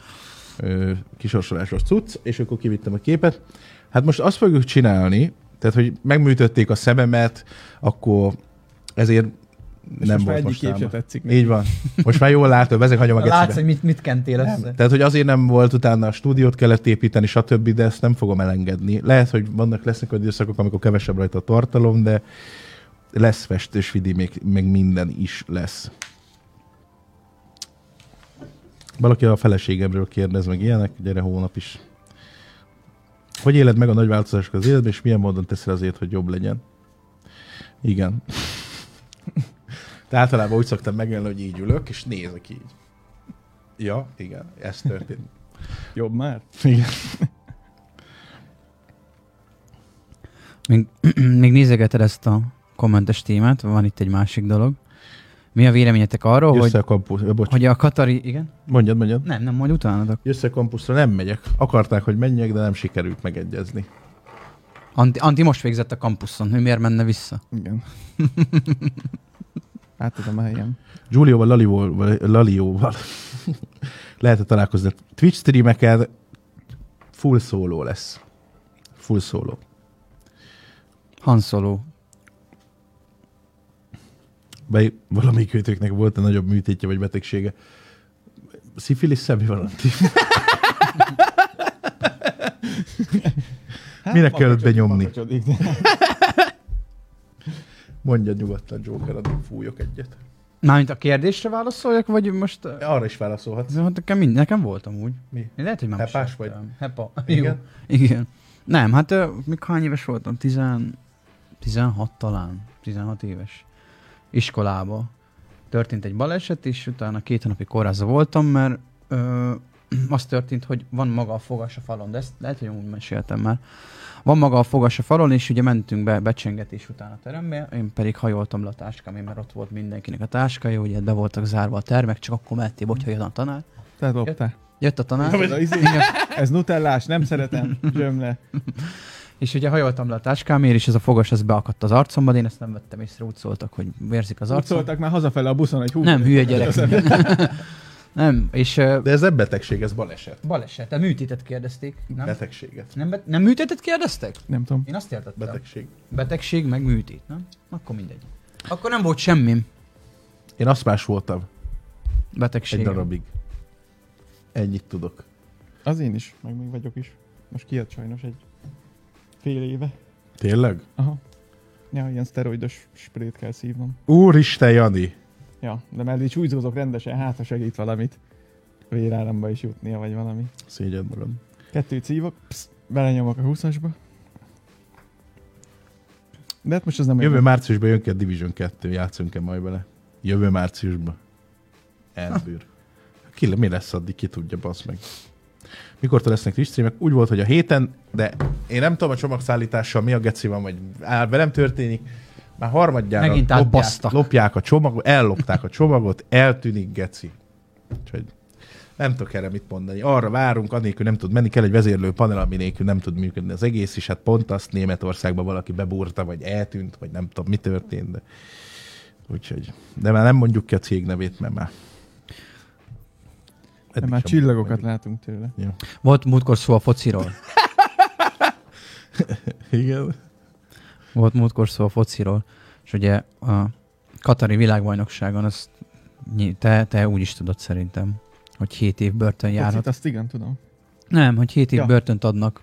ö, kisorsolásos cucc, és akkor kivittem a képet. Hát most azt fogjuk csinálni, tehát, hogy megműtötték a szememet, akkor ezért
És
nem
most már
volt
egyik
most
kép se
táma.
tetszik. neki.
Így van. Most már jól látom, ezek hagyom a
Látsz, hogy
gecibe.
mit, mit kentél össze.
Tehát, hogy azért nem volt utána a stúdiót kellett építeni, stb., de ezt nem fogom elengedni. Lehet, hogy vannak lesznek olyan időszakok, amikor kevesebb rajta a tartalom, de lesz festős vidi, még, még minden is lesz. Valaki a feleségemről kérdez meg ilyenek, gyere hónap is. Hogy éled meg a nagy változásokat az életben, és milyen módon teszel azért, hogy jobb legyen? Igen. De általában úgy szoktam megélni, hogy így ülök, és nézek így. Ja, igen, ez történt.
Jobb már?
Igen.
Még, még nézegeted ezt a kommentes témát, van itt egy másik dolog. Mi a véleményetek arról,
Jössz
hogy,
a kampusz, ö, bocs, hogy...
hogy a Katari... Igen?
mondjad, mondjad.
Nem, nem, majd utána adok.
Jössz a kampuszra, nem megyek. Akarták, hogy menjek, de nem sikerült megegyezni.
Anti, Anti most végzett a kampuszon, ő miért menne vissza?
Igen. Átadom a helyem.
Giulioval, Lalióval, Lalióval lehetett találkozni. Twitch streameken full szóló lesz. Full szóló.
Han Solo.
Vagy valamelyik őtöknek volt a nagyobb műtétje vagy betegsége. Szifilis szemű valami.
Hát,
Minek kellett
makacsodik,
benyomni?
makacsodik, de-
Mondja nyugodtan Joker, addig fújok egyet.
Mármint a kérdésre válaszoljak, vagy most...
Arra is válaszolhatsz.
Ez hát nekem, mind, nekem volt amúgy.
Mi?
Én lehet, hogy már most
Hepás
vettem. Hepa.
Igen?
Igen. Jó. Igen. Nem, hát ö, még hány éves voltam? Tizen... 16 talán. 16 éves. Iskolába. Történt egy baleset, és utána két hónapig kórházba voltam, mert ö, az történt, hogy van maga a fogas a falon, de ezt lehet, hogy úgy meséltem már. Van maga a fogas a falon, és ugye mentünk be becsengetés után a terembe, én pedig hajoltam le a táskám, mert ott volt mindenkinek a táskája, ugye be voltak zárva a termek, csak akkor mehettél, hogyha jön a tanár.
Tehát loptál.
Jött a tanár,
Ez a izé- Ez nutellás, nem szeretem. Zsömle.
és ugye hajoltam le a táskámért, és ez a fogas ez beakadt az arcomba, de én ezt nem vettem észre, úgy szóltak, hogy vérzik az
Úgy
arcom.
szóltak már hazafele a buszon, hogy hú.
Nem, hülye gyerek. nem, és ö,
De ez nem betegség, ez baleset.
baleset, a műtétet kérdezték, nem?
Betegséget.
Nem, bet- nem műtétet kérdeztek?
Nem tudom.
Én azt értettem.
Betegség.
Betegség, meg műtét, nem? Akkor mindegy. Akkor nem volt semmim
Én azt más voltam.
betegség.
Egy darabig. Ennyit tudok.
Az én is, meg még vagyok is. Most kijött sajnos egy fél éve.
Tényleg?
Aha. Ja, ilyen szteroidos sprét kell szívnom.
Úristen, Jani!
Ja, de mert így csúcsozok rendesen, hát ha segít valamit. Véráramba is jutnia, vagy valami.
Szégyen magam.
Kettőt szívok, psz, belenyomok a 20-asba. De hát most az nem
Jövő
olyan-
márciusban jön ki a Division 2, játszunk-e majd bele? Jövő márciusban. Elbűr. Ki, le- mi lesz addig, ki tudja, basz meg. Mikor lesznek is streamek? Úgy volt, hogy a héten, de én nem tudom a csomagszállítással mi a geci van, vagy á, velem történik. Már harmadjára
Megint
lopják,
átbasztak.
lopják a csomagot, ellopták a csomagot, eltűnik geci. Úgyhogy nem tudok erre mit mondani. Arra várunk, anélkül nem tud menni, kell egy vezérlő panel, ami nélkül nem tud működni az egész, és hát pont azt Németországban valaki bebúrta, vagy eltűnt, vagy nem tudom, mi történt. De... Úgyhogy, de már nem mondjuk ki a cég nevét, mert már...
De
Eddig
már
sem
csillagokat
mondtuk
látunk tőle.
Volt múltkor szó a fociról.
meg. Igen.
Volt múltkor szó a fociról, és ugye a Katari világbajnokságon azt nyi- te, te úgy is tudod szerintem, hogy 7 év börtön járhat.
Pocit, azt igen, tudom.
Nem, hogy 7 év
Ja.
ja. börtönt adnak,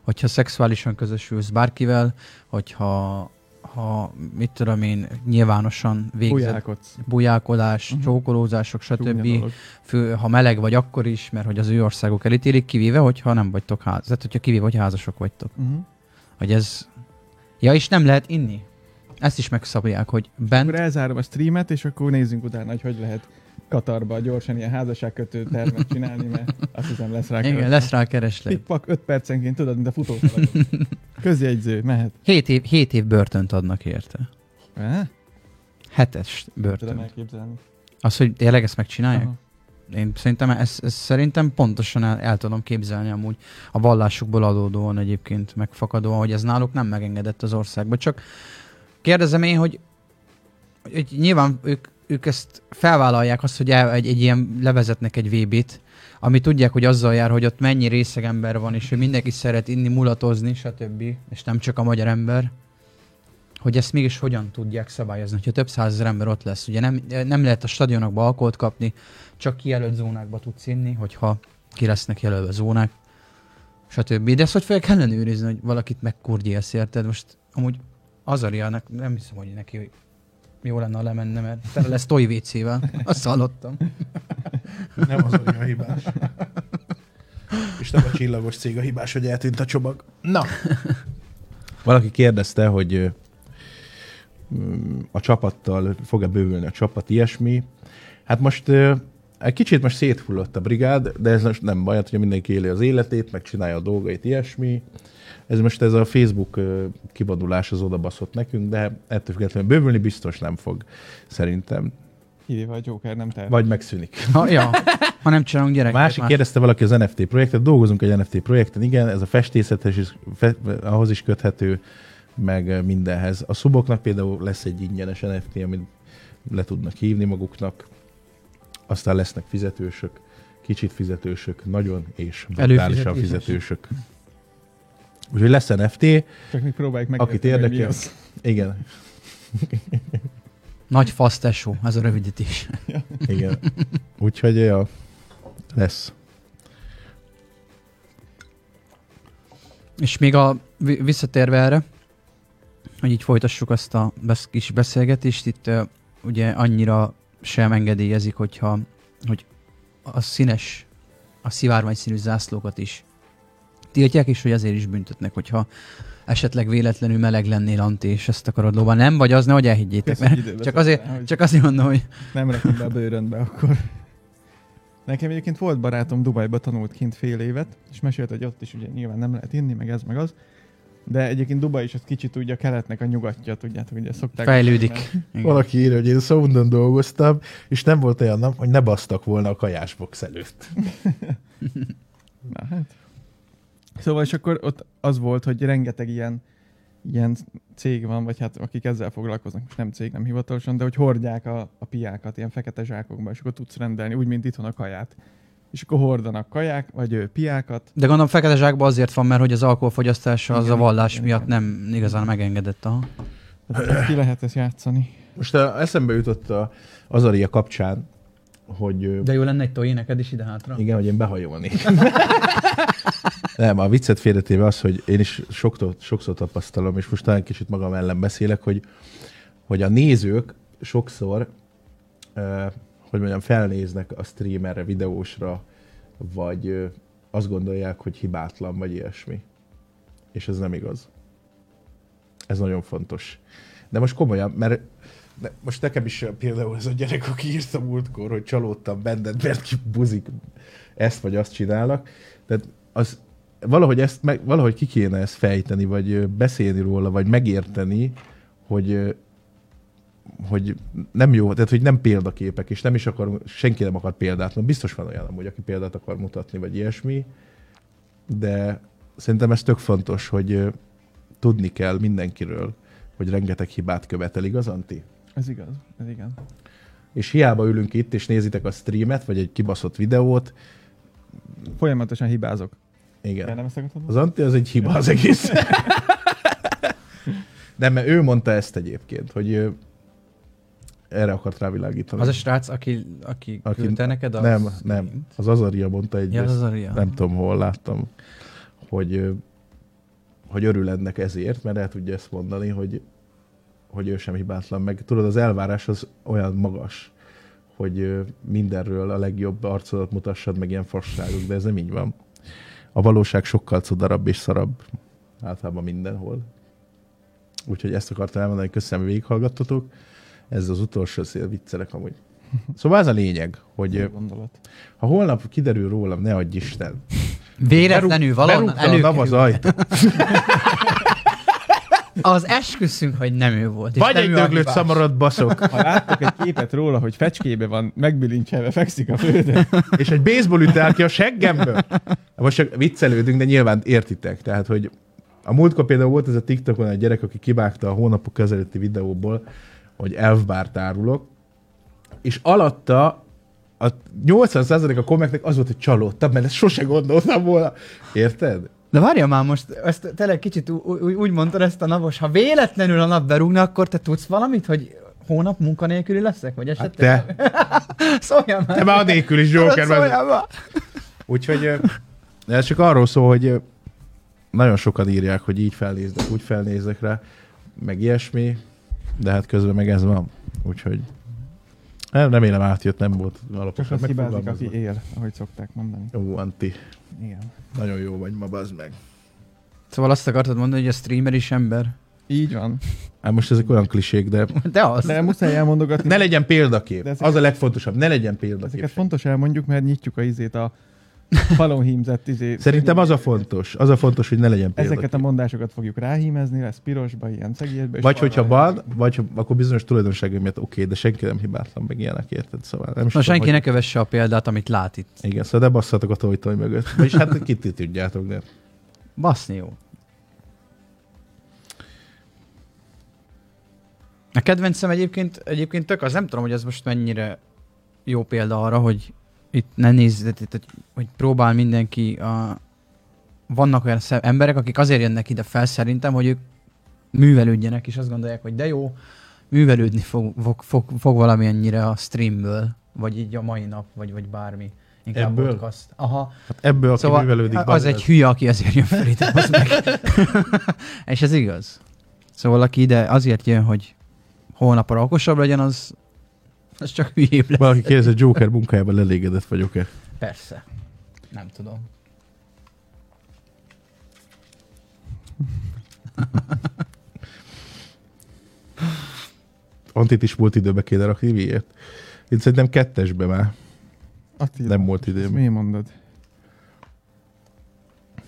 hogyha szexuálisan közösülsz bárkivel, hogyha ha, mit tudom én, nyilvánosan végzett
Fújálkodsz.
bujálkodás,
Mhm.
uh-huh. csókolózások,
Csúnya
stb.
dolog.
Fő, ha meleg vagy akkor is, mert hogy az ő országok elítélik, kivéve, hogyha nem vagytok ház. Tehát, hogyha kivéve, hogy házasok vagytok.
Uh-huh.
Hogy ez... Ja, és nem lehet inni. Ezt is megszabják, hogy
Akkor
bent...
elzárom a streamet, és akkor nézzünk utána, hogy hogy lehet Katarba gyorsan ilyen házasságkötő termet csinálni, mert azt hiszem lesz rá
Igen, lesz rá kereslet.
Pikpak 5 percenként, tudod, mint a futószalag. Közjegyző, mehet.
7 év, 7 év börtönt adnak érte.
Eh?
Hetes
Tudom
börtön.
elképzelni.
Az, hogy tényleg ezt megcsinálják?
Aha.
Én szerintem, ez, ez szerintem pontosan el, el tudom képzelni amúgy a vallásukból adódóan egyébként megfakadóan, hogy ez náluk nem megengedett az országban. Csak kérdezem én, hogy, hogy nyilván ők, ők ezt felvállalják azt, hogy el, egy, egy ilyen levezetnek egy VB-t, ami tudják, hogy azzal jár, hogy ott mennyi részeg ember van, és hogy mindenki szeret inni, mulatozni, stb. És nem csak a magyar ember. Hogy ezt mégis hogyan tudják szabályozni, hogyha több százezer ember ott lesz. Ugye nem, nem lehet a stadionokba alkoholt kapni, csak kijelölt zónákba tudsz inni, hogyha ki lesznek jelölve zónák, stb. De ezt hogy fel kell ellenőrizni, hogy valakit megkurgyélsz, érted? Most amúgy Azariának nem hiszem, hogy neki jó lenne, ha lemenne, mert tele lesz toy WC-vel. Azt hallottam.
Nem az a hibás. És nem a csillagos cég a hibás, hogy eltűnt a csomag. Na. Valaki kérdezte, hogy ö, mm, a csapattal fog-e bővülni a csapat, ilyesmi. Hát most ö, egy kicsit most széthullott a brigád, de ez most nem baj, hát ugye mindenki éli az életét, meg csinálja a dolgait, ilyesmi. Ez most ez a Facebook ö, kivadulás az odabaszott nekünk, de ettől függetlenül bővülni biztos nem fog, szerintem.
Kivéve a Joker nem ter.
Vagy megszűnik.
Ha, ja, ha nem csinálunk gyereket.
Másik kérdezte valaki az NFT projektet, dolgozunk egy NFT projekten, igen, ez a festészetes is, fe, ahhoz is köthető, meg eh, mindenhez. A szuboknak például lesz egy ingyenes NFT, amit le tudnak hívni maguknak, aztán lesznek fizetősök, kicsit fizetősök, nagyon és brutálisan
Előfizetéses.
fizetősök. Úgyhogy lesz NFT,
Csak még próbáljuk meg.
akit érdekel. Igen,
Nagy fasz tesó, ez a rövidítés.
igen. Úgyhogy ja, lesz.
És még a, vi- visszatérve erre, hogy így folytassuk azt a besz- kis beszélgetést, itt ö, ugye annyira sem engedélyezik, hogyha, hogy a színes, a szivárvány színű zászlókat is tiltják, és hogy ezért is büntetnek, hogyha esetleg véletlenül meleg lennél, Anti, és ezt akarod lóban. Nem vagy az, nehogy elhiggyétek, mert csak azért, csak azért mondom, hogy
Nem rakom be a bőrönbe akkor. Nekem egyébként volt barátom Dubajba tanult kint fél évet, és mesélt, hogy ott is ugye nyilván nem lehet inni, meg ez, meg az. De egyébként Dubaj is az kicsit úgy a keletnek a nyugatja, tudjátok, ugye szokták.
fejlődik. Igen.
Valaki írja, hogy én Soundon dolgoztam, és nem volt olyan nap, hogy ne basztak volna a kajásbox előtt.
Na, hát. Szóval és akkor ott az volt, hogy rengeteg ilyen, ilyen cég van, vagy hát akik ezzel foglalkoznak, most nem cég, nem hivatalosan, de hogy hordják a, a piákat ilyen fekete zsákokba, és akkor tudsz rendelni, úgy, mint itthon a kaját. És akkor hordanak kaják, vagy ő, piákat.
De gondolom fekete zsákban azért van, mert hogy az alkoholfogyasztása az
Igen,
a vallás
igen,
miatt nem igazán megengedett. Aha.
Tehát hát ezt ki lehet ezt játszani.
Most a, eszembe jutott a, az Aria kapcsán, hogy ö,
De jó lenne egy tojé neked is ide hátra.
igen, hogy én behajolnék. Nem, a viccet félretéve az, hogy én is soktól, sokszor tapasztalom, és most talán kicsit magam ellen beszélek, hogy, hogy a nézők sokszor, eh, hogy mondjam, felnéznek a streamerre, videósra, vagy ö, azt gondolják, hogy hibátlan, vagy ilyesmi. És ez nem igaz. Ez nagyon fontos. De most komolyan, mert de most nekem is például ez a gyerek, aki írta múltkor, hogy csalódtam benned, mert ki buzik ezt vagy azt csinálnak. Tehát az, valahogy, ezt meg, valahogy ki kéne ezt fejteni, vagy ö, beszélni róla, vagy megérteni, hogy ö, hogy nem jó, tehát hogy nem példaképek, és nem is akar, senki nem akar példát, mert biztos van olyan amúgy, aki példát akar mutatni, vagy ilyesmi, de szerintem ez tök fontos, hogy ö, tudni kell mindenkiről, hogy rengeteg hibát követel, igaz, Anti?
Ez igaz, ez igen.
És hiába ülünk itt, és nézitek a streamet, vagy egy kibaszott videót,
Folyamatosan hibázok.
igen.
Nem ezt akartad?
Az Anti az egy hiba az egész. Nem, mert ő mondta ezt egyébként, hogy ö, erre akart rávilágítani.
Az a srác, aki, aki,
Aki-
aki küldte neked a...
nem, nem. Az Azaria mondta egy,
Ja, az az a ria.
nem tudom hol láttam, hogy, ö, hogy örül ennek ezért, mert el tudja ezt mondani, hogy, hogy ő sem hibátlan. Meg tudod, az elvárás az olyan magas, hogy ö, mindenről a legjobb arcodat mutassad, meg ilyen fasságok, de ez nem így van. A valóság sokkal cudarabb és szarabb általában mindenhol. Úgyhogy ezt akartam elmondani, köszönöm, hogy végighallgattatok. Ez az utolsó szél viccelek amúgy. Szóval ez a lényeg, hogy ö,
Jó gondolat.
ha holnap kiderül rólam, ne adj Isten.
Véletlenül valahonnan
Berúgta a nap az
előkerül.
ajtó.
Az esküszünk, hogy nem ő volt. és
Vagy
nem
egy
ő a
döglött
hibás.
szamarod baszok,
Ha láttok egy képet róla, hogy fecskébe van, megbilincselve fekszik a földön.
és egy baseball üt el ki a seggemből. Most csak viccelődünk, de nyilván értitek. Tehát, hogy a múltkor például volt ez a TikTokon egy gyerek, aki kivágta a hónapok ezelőtti videóból, hogy elfbárt árulok, és alatta a 80% a kommentnek az volt, hogy csalódtam, mert ezt sose gondoltam volna. Érted?
De várja már most, ezt tényleg kicsit ú- ú- úgy mondtad ezt a napos, ha véletlenül a nap berúgna, akkor te tudsz valamit, hogy hónap munkanélküli leszek, vagy
Hát
esetleg?
te,
Hát, szóljál már!
te már anélkül is Joker vagy.
szóljál már!
Úgyhogy ö, ez csak arról szól, hogy ö, nagyon sokan írják, hogy így felnéznek, úgy felnéznek rá, meg ilyesmi, de hát közben meg ez van. Úgyhogy hát remélem átjött, nem volt
Csak
alaposan
az hibázik, aki
megfogalmazva.
él, ahogy szokták mondani.
Ó, Anti,
Igen.
nagyon jó vagy ma, bazd meg.
Szóval azt akartad mondani, hogy a streamer is ember?
Így van.
Hát most ezek olyan klisék, de
De az.
De muszáj elmondogatni.
ne legyen példakép.
De ezeket-
Az a legfontosabb, ne legyen példakép.
Ezeket fontos elmondjuk, mert nyitjuk a izét a falon hímzett izé.
Szerintem az a fontos, az a fontos, hogy ne legyen példakép.
Ezeket a mondásokat fogjuk ráhímezni, lesz pirosba, ilyen szegélyesbe. és
Vagy hogyha
falra.
van, vagy ha- akkor bizonyos tulajdonságai miatt oké, de senki nem hibátlan, meg ilyenek, érted? Szóval nem is
Na
tudom,
senki
hogy-
ne kövesse a példát, amit lát itt.
Igen, szóval ne basszatok a tojtoj mögött. És hát kit ti tudjátok, de...
Baszni jó. A kedvencem egyébként, egyébként tök az, nem tudom, hogy ez most mennyire jó példa arra, hogy itt ne nézz, tehát itt, hogy, hogy próbál mindenki a... Vannak olyan szem, emberek, akik azért jönnek ide fel szerintem, hogy ők művelődjenek, és azt gondolják, hogy de jó, művelődni fog, fog, fog, fog valamilyennyire a streamből, vagy így a mai nap, vagy, vagy bármi. Inkább
Ebből?
podcast. Aha.
Hát ebből, aki szóval,
Szóval
művelődik,
az egy hülye, aki azért jön fel ide, az meg. És ez igaz. Szóval aki ide azért jön, hogy holnap a okosabb legyen, az, az csak hülyébb lesz.
Valaki kérdezi, hogy Joker munkájában elégedett vagyok-e?
Persze. Nem tudom.
Antit is múlt időbe kéne rakni, miért? Én szerintem kettesbe már.
Attila,
Nem volt
ezt
időm.
Miért mondod?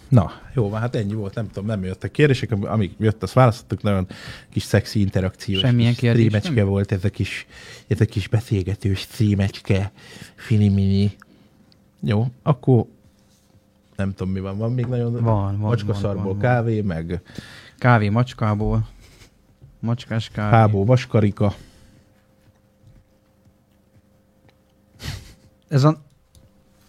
Na, jó, van, hát ennyi volt, nem tudom, nem jöttek kérdések, am- amik jött, azt választottuk, nagyon kis szexi interakciós
Semmilyen
kis
kérdés
streamecske
nem?
volt ez a kis, ez a kis beszélgetős streamecske, finimini. Jó, akkor nem tudom, mi van, van még nagyon...
Van, van,
Macska
van,
szarból
van, van.
kávé, meg
Kávé macskából. Macskás kávé.
hábó vaskarika.
Ez a...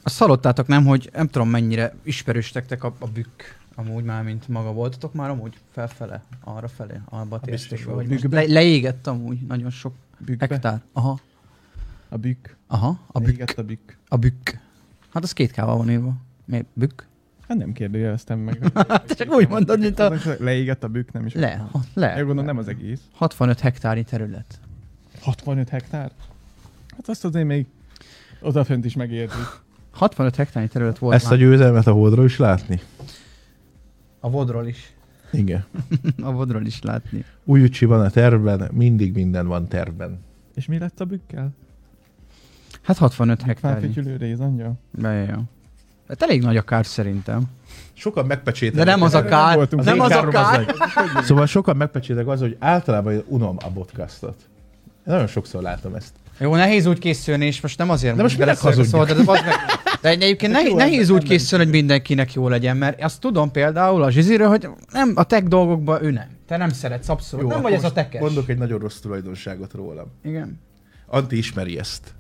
Azt hallottátok nem, hogy nem tudom mennyire ismerős nektek a, a bükk amúgy már, mint maga voltatok már amúgy felfele, arra felé, abba a
Hát biztos
térsségbe,
volt.
hogy most le, leégett amúgy nagyon sok
Bükkbe?
hektár. Aha,
A bükk.
aha, a
A
bükk.
bükk. a bükk.
A bükk. Hát az két kával van írva. Miért bükk?
Hát nem kérdőjeleztem meg.
Csak úgy mondod, mint a...
Leégett Hát a bükk, nem is.
Le, ha- le.
Én gondolom nem az egész.
65 hektárnyi terület.
65 hektár? Hát azt azért még odafönt is megértjük.
65 hektárnyi terület volt
Ezt a
már.
győzelmet a holdról is látni?
A vodról is.
Igen.
a vodról is látni.
Új Ucsi van a tervben, mindig minden van tervben.
És mi lett a bükkel?
Hát 65 hektárnyi.
Fáfütyülő réz, angyal?
Ja, ja, ja. Hát elég nagy a kár szerintem.
Sokan megpecsételik.
De nem az a
Erre
kár.
voltunk.
nem
én
az a
károm
kár.
nagy. Szóval sokan megpecsétek az, hogy általában én unom a podcastot. Nagyon sokszor látom ezt.
Jó, nehéz úgy készülni, és most nem azért
De most
mondom,
minek
beleszólok a
hazudjak?
szóval, de, az meg... de egyébként nehéz,
jó,
nehéz
nem
úgy készülni, hogy mindenkinek jó legyen, mert azt tudom például a zsiziről, hogy nem, a tech dolgokban ő nem. Te nem szeretsz, abszolút. Jó, nem
akkor
vagy ez a
most
tekes.
Mondok egy nagyon rossz tulajdonságot rólam.
Igen.
Anti ismeri ezt.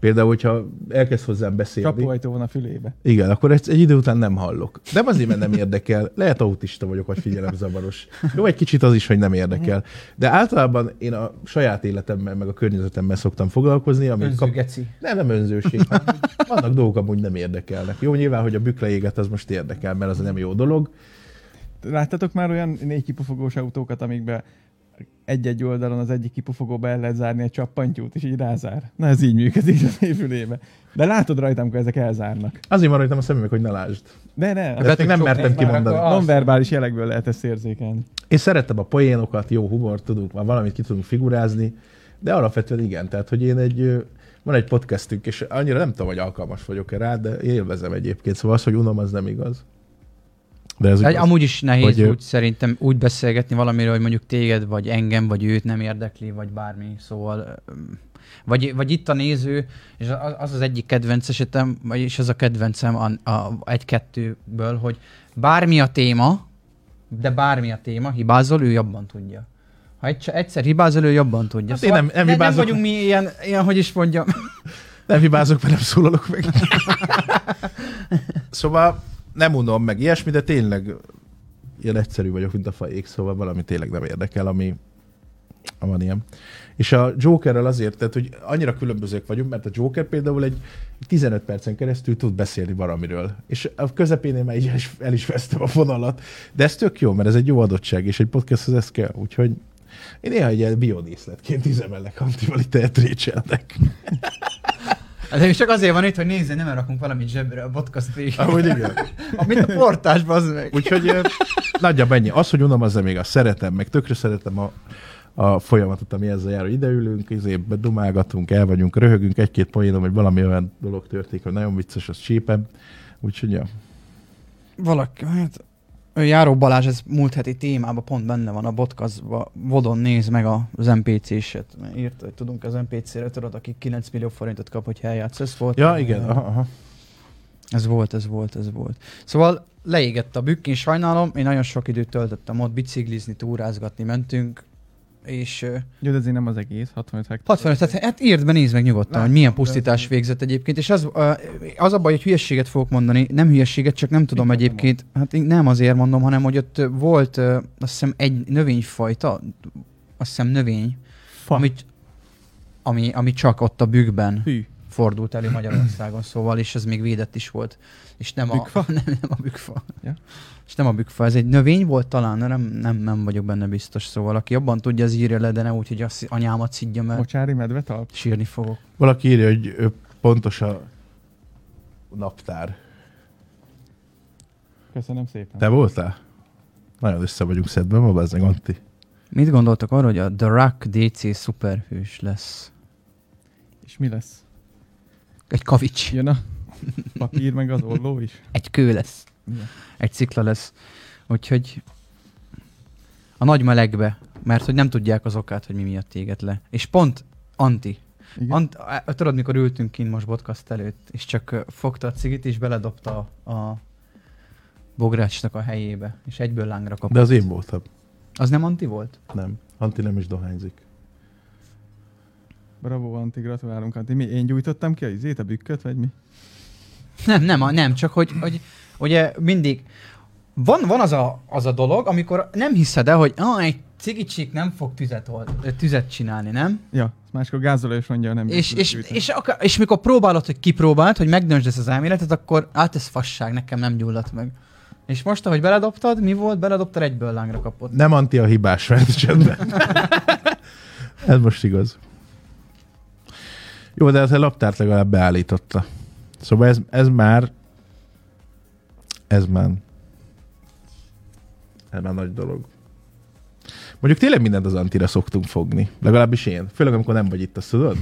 Például, hogyha elkezd hozzám beszélni.
Csapóajtó van a fülébe.
Igen, akkor egy, egy idő után nem hallok. Nem azért, mert nem érdekel, lehet autista vagyok, vagy figyelemzavaros. Jó, egy kicsit az is, hogy nem érdekel. De általában én a saját életemmel, meg a környezetemmel szoktam foglalkozni, ami
Önző geci.
Nem, nem önzőség. hanem Vannak dolgok, amúgy nem érdekelnek. Jó, nyilván, hogy a bükle éget, az most érdekel, mert az nem jó dolog.
Láttatok már olyan négy kipufogós autókat, amikbe egy-egy oldalon az egyik kipufogóba el lehet zárni egy csappantyút, és így rázár. Na ez így működik a névülébe. De látod rajtam, amikor ezek elzárnak.
Azért van rajtam a szemem, hogy ne lásd.
De ne,
Ezt még nem mertem kimondani.
akkor-
nonverbális jelekből lehet ezt érzékelni.
Én szerettem a poénokat, jó humor, tudunk, már valamit ki tudunk figurázni, de alapvetően igen, tehát hogy én egy, ö, van egy podcastünk, és annyira nem tudom, hogy alkalmas vagyok-e rá, de élvezem egyébként, szóval az, hogy unom, az nem igaz. De ez
Egy,
igaz.
amúgy is nehéz
Hogy,
hogy
ö,
úgy szerintem úgy beszélgetni valamiről, hogy mondjuk téged, vagy engem, vagy őt nem érdekli, vagy bármi, szóval... öm, Vagy, vagy itt a néző, és az az, az egyik kedvenc esetem, vagyis ez a kedvencem a, a egy-kettőből, hogy bármi a téma, de bármi a téma, hibázol, ő jobban tudja. Ha egy, egyszer hibázol, ő jobban tudja. Szóval
Hát én nem- nem
ne-
hibázok.
nem vagyunk mi ilyen, ilyen, hogy is mondjam.
Nem hibázok, mert nem szólalok meg. szóval nem unom meg ilyesmi, de tényleg ilyen egyszerű vagyok, mint a fajék, szóval valami tényleg nem érdekel, ami ha van ilyen. És a Jokerrel azért, tehát, hogy annyira különbözők vagyunk, mert a Joker például egy 15 percen keresztül tud beszélni valamiről. És a közepén én már így el is- el is vesztem a vonalat. De ez tök jó, mert ez egy jó adottság, és egy podcasthoz ez kell. Úgyhogy én néha egy ilyen biodészletként üzemelek, amivel itt eltrécselnek.
De Hát csak azért van itt, hogy nézze, nem rakunk valamit zsebre a podcast végén.
Ahogy igen.
Mint a portásban, az meg.
Úgyhogy ö, nagyjából ennyi. Az, hogy unom, az még azt szeretem, meg tökre szeretem a, a folyamatot, ami ezzel jár, hogy ideülünk, izébe dumálgatunk, el vagyunk, röhögünk, egy-két poénom, hogy valami olyan dolog történik, hogy nagyon vicces, az csípem. Úgyhogy, ja.
Valaki, hát Járó Balázs, ez múlt heti témában pont benne van a podcastban, Vodon néz meg az NPC-set. Írt, hogy tudunk az NPC-re, tudod, aki 9 millió forintot kap, hogy eljátsz. Ez volt.
Ja, igen, aha, aha.
Ez volt, ez volt, ez volt. Szóval leégett a bükk, én sajnálom, én nagyon sok időt töltöttem ott, biciklizni, túrázgatni mentünk, és ö,
Jó, de ezért nem az egész, 65 hektár.
65, tehát hát írd be, nézd meg nyugodtan,
Látom,
hogy milyen
de-
pusztítás végzett egyébként, és az, ö, az a baj, hogy hülyeséget fogok mondani, nem hülyeséget, csak nem tudom
Mit mondom
egyébként, hát én nem azért mondom, hanem hogy ott ö, volt ö, azt hiszem egy növényfajta, azt hiszem növény,
Fa.
amit, ami, ami csak ott a bükkben
Hű.
fordult elő Magyarországon, szóval, és ez még védett is volt. És nem
Bükkfa?
a, nem, nem a bükkfa.
Ja.
És nem a bükkfa, ez egy növény volt talán, de nem, nem, nem vagyok benne biztos, szóval aki jobban tudja, az írja le, de ne úgy, hogy az anyámat szidja, mert
Mocsári medvetalp.
sírni fogok.
Valaki írja, hogy ö, pontos a naptár.
Köszönöm szépen.
Te voltál? Nagyon össze vagyunk szedve, ma bezzeg, Antti.
Mit gondoltak arra, hogy a The Rock DC szuperhős lesz?
És mi lesz?
Egy kavics,
Jön a papír meg az olló is?
egy kő lesz,
Ja.
egy szikla lesz. Úgyhogy a nagy melegbe, mert hogy nem tudják az okát, hogy mi miatt éget le. És pont Anti.
Igen.
Ant, á, tudod, mikor ültünk kint most podcast előtt, és csak ö, fogta a cigit, és beledobta a, a bográcsnak a helyébe, és egyből lángra kapott.
De az én voltam.
Az nem Anti volt?
Nem. Antti nem is dohányzik.
Bravo, Anti, gratulálunk, Anti. Mi, én gyújtottam ki a izét, a bükköt, vagy mi?
Nem, nem, a- nem, csak hogy, hogy ugye mindig van, van az, a, az a dolog, amikor nem hiszed el, hogy ah, egy cigicsik nem fog tüzet, old- tüzet csinálni, nem?
Ja, ezt máskor gázolajos mondja, nem
És,
gyújt-
és,
gyújtani.
és, akar, és mikor próbálod, hogy kipróbált, hogy megdöntsd ezt az elméletet, akkor hát ez fasság, nekem nem gyulladt meg. És most, ahogy beledobtad, mi volt? Beledobtad, egyből lángra kapott.
Nem Antti a hibás, mert csendben. Ez most igaz. Jó, de ez a laptárt legalább beállította. Szóval ez, ez már ez már ez már nagy dolog. Mondjuk tényleg mindent az antira szoktunk fogni. Legalábbis én. Főleg, amikor nem vagy itt, azt tudod?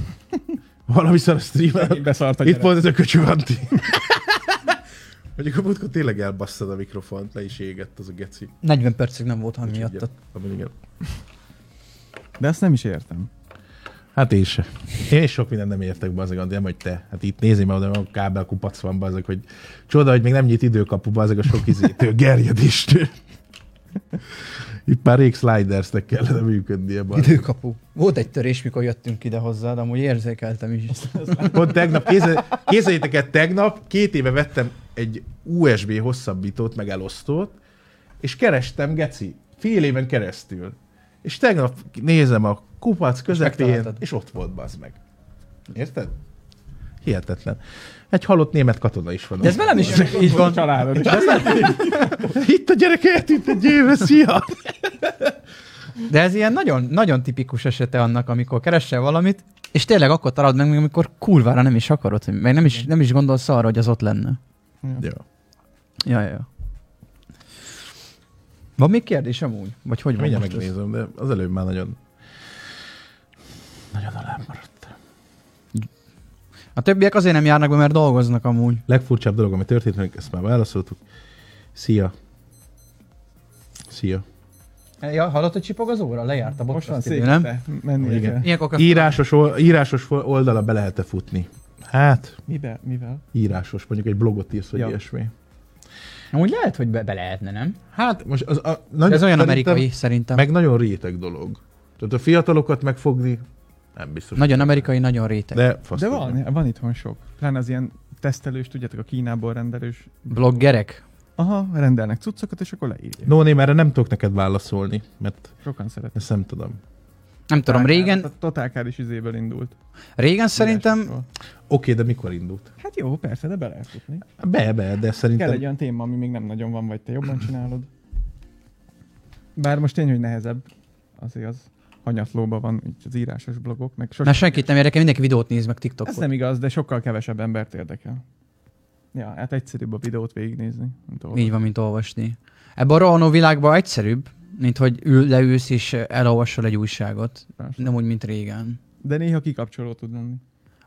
Valami szar a streamen.
Megint beszart a
Itt
gyerek.
volt ez a köcsög Anti. Mondjuk a múltkor tényleg elbasszad a mikrofont, le is égett az a geci.
40 percig nem volt hang
Úgyhogy,
miatt.
ja, abban igen.
De ezt nem is értem.
Hát én se. Én is sok mindent nem értek be azok, nem vagy te. Hát itt nézni, mert oda a kábel kupac van be azok, hogy csoda, hogy még nem nyit időkapuba azok a sok izé, izétől, gerjedéstől. Itt már rég slidersnek kellene működnie. Bár.
Időkapu. Volt egy törés, mikor jöttünk ide hozzád, amúgy érzékeltem is.
Pont tegnap, képzel- képzeljétek el, tegnap két éve vettem egy USB hosszabbítót, meg elosztót, és kerestem, geci, fél éven keresztül. És tegnap nézem a kupac közepén, és,
megtaláltad.
és ott volt, bazd meg. Érted? Hihetetlen. Egy halott német katona is van.
De ez velem is így van.
Családod is.
Itt a gyerek eltűnt egy éve, szia!
De ez ilyen nagyon, nagyon tipikus esete annak, amikor keresel valamit, és tényleg akkor találod meg, amikor kurvára nem is akarod, hogy- meg nem is, nem is gondolsz arra, hogy az ott lenne.
Jó.
Ja, ja, ja. Van még kérdés amúgy? Vagy hogy van
Mindjárt
most ez?
megnézem, de az előbb már nagyon... Nagyon alá maradt.
A többiek azért nem járnak be, mert dolgoznak amúgy.
Legfurcsább dolog, ami történt, velünk, ezt már válaszoltuk. Szia. Szia.
E, Ja, hallott, hogy csipog az óra? Lejárt a
Most van szék,
idő, nem?
te. Menni
Igen.
kell.
Ilyenkor kell-
Írásos, ol- írásos fo- oldala be lehet-e futni? Hát,
Mivel? Mivel?
írásos, mondjuk egy blogot írsz, vagy ja.
Ja.
ilyesmi.
Amúgy lehet, hogy be, be lehetne, nem?
Hát, most az, a,
De
nagy,
ez olyan
szerintem-
amerikai szerintem.
Meg nagyon réteg dolog. Tehát a fiatalokat megfogni, nem biztos.
Nagyon amerikai, nagyon réteg.
De, fasz
De
tudja.
van, van itthon sok. Pláne az ilyen tesztelős, tudjátok, a Kínából rendelős.
Bloggerek?
Aha, rendelnek cuccokat, és akkor leírják.
No, én erre nem tudok neked válaszolni, mert
Sokan szeretnek.
ezt nem tudom.
Nem tudom, régen,
A totálkár is izéből indult.
régen szerintem
Írásokról.
Oké, de mikor indult? Hát
Hát jó, persze, de be lehet futni.
Be, be, de szerintem...
Kell egy olyan téma, ami még nem nagyon van, vagy te jobban csinálod. Bár most tény, hogy nehezebb. Az igaz. Hanyatlóban van így az írásos blogok, meg
Na
sosem.
senkit nem érdekel, mindenki videót néz meg
Ez
TikTokon.
nem igaz, de sokkal kevesebb embert érdekel. Ja, hát egyszerűbb a videót végignézni. Mint ahol.
Így van, mint olvasni. Ebben a rohanó világban egyszerűbb, mint hogy ül, leülsz és elolvasol egy újságot.
Persze.
Nem úgy, mint régen.
De néha kikapcsoló tud lenni.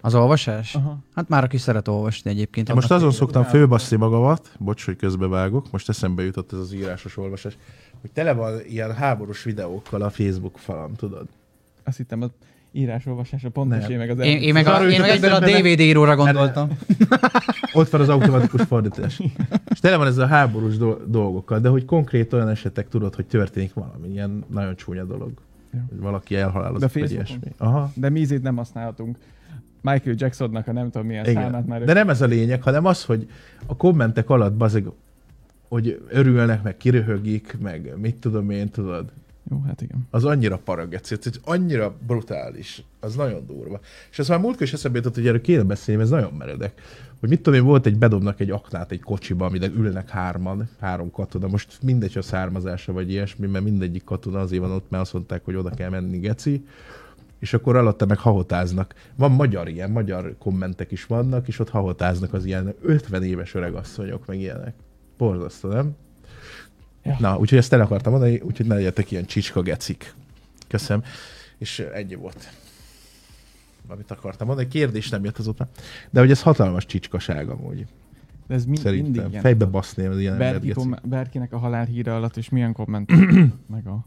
Az olvasás?
Aha.
Hát már aki szeret olvasni egyébként.
Én most
annak-
azon szoktam főbasszi magamat, bocs, hogy közbevágok, most eszembe jutott ez az írásos olvasás, hogy tele van ilyen háborús videókkal a Facebook falam, tudod?
Azt hittem, az írásolvasásra pont
Nem.
is én meg az
Én, én meg, a,
Arra
én
jutott
meg egyből a
eszembe,
DVD íróra gondoltam.
Ott van az automatikus fordítás. És tele van ez a háborús do- dolgokkal, de hogy konkrét olyan esetek tudod, hogy történik valami ilyen nagyon csúnya dolog.
Ja.
Hogy valaki elhalálozott,
De
vagy
Facebookon?
ilyesmi. Aha.
De mi ízét nem használhatunk. Michael Jacksonnak a nem tudom milyen Igen. számát már.
Igen. De nem ez a lényeg, hanem az, hogy a kommentek alatt bazeg, hogy örülnek, meg kiröhögik, meg mit tudom én, tudod.
Jó, hát igen.
az annyira parageci, ez annyira brutális, az nagyon durva. És ez már múltkor is eszembe jutott, hogy erről kéne beszélni, ez nagyon meredek. Hogy mit tudom én, volt egy, bedobnak egy aknát egy kocsiba, amiben ülnek hárman, három katona, most mindegy, a származása vagy ilyesmi, mert mindegyik katona azért van ott, mert azt mondták, hogy oda kell menni, geci és akkor alatta meg hahotáznak. Van magyar ilyen, magyar kommentek is vannak, és ott hahotáznak az ilyen 50 éves öregasszonyok, meg ilyenek. Borzasztó, nem? Ja.
Ja.
Na, úgyhogy ezt el akartam mondani, úgyhogy ne legyetek ilyen csicska gecik. Köszönöm. És ennyi volt. Amit akartam mondani, kérdés nem jött azóta. De hogy ez hatalmas csicskaság amúgy,
De ez mind, mindig
szerintem.
ilyen.
Fejbe baszni az ilyen
Bárki
embert, geci.
kom- bárkinek a halál híre alatt, és milyen komment meg a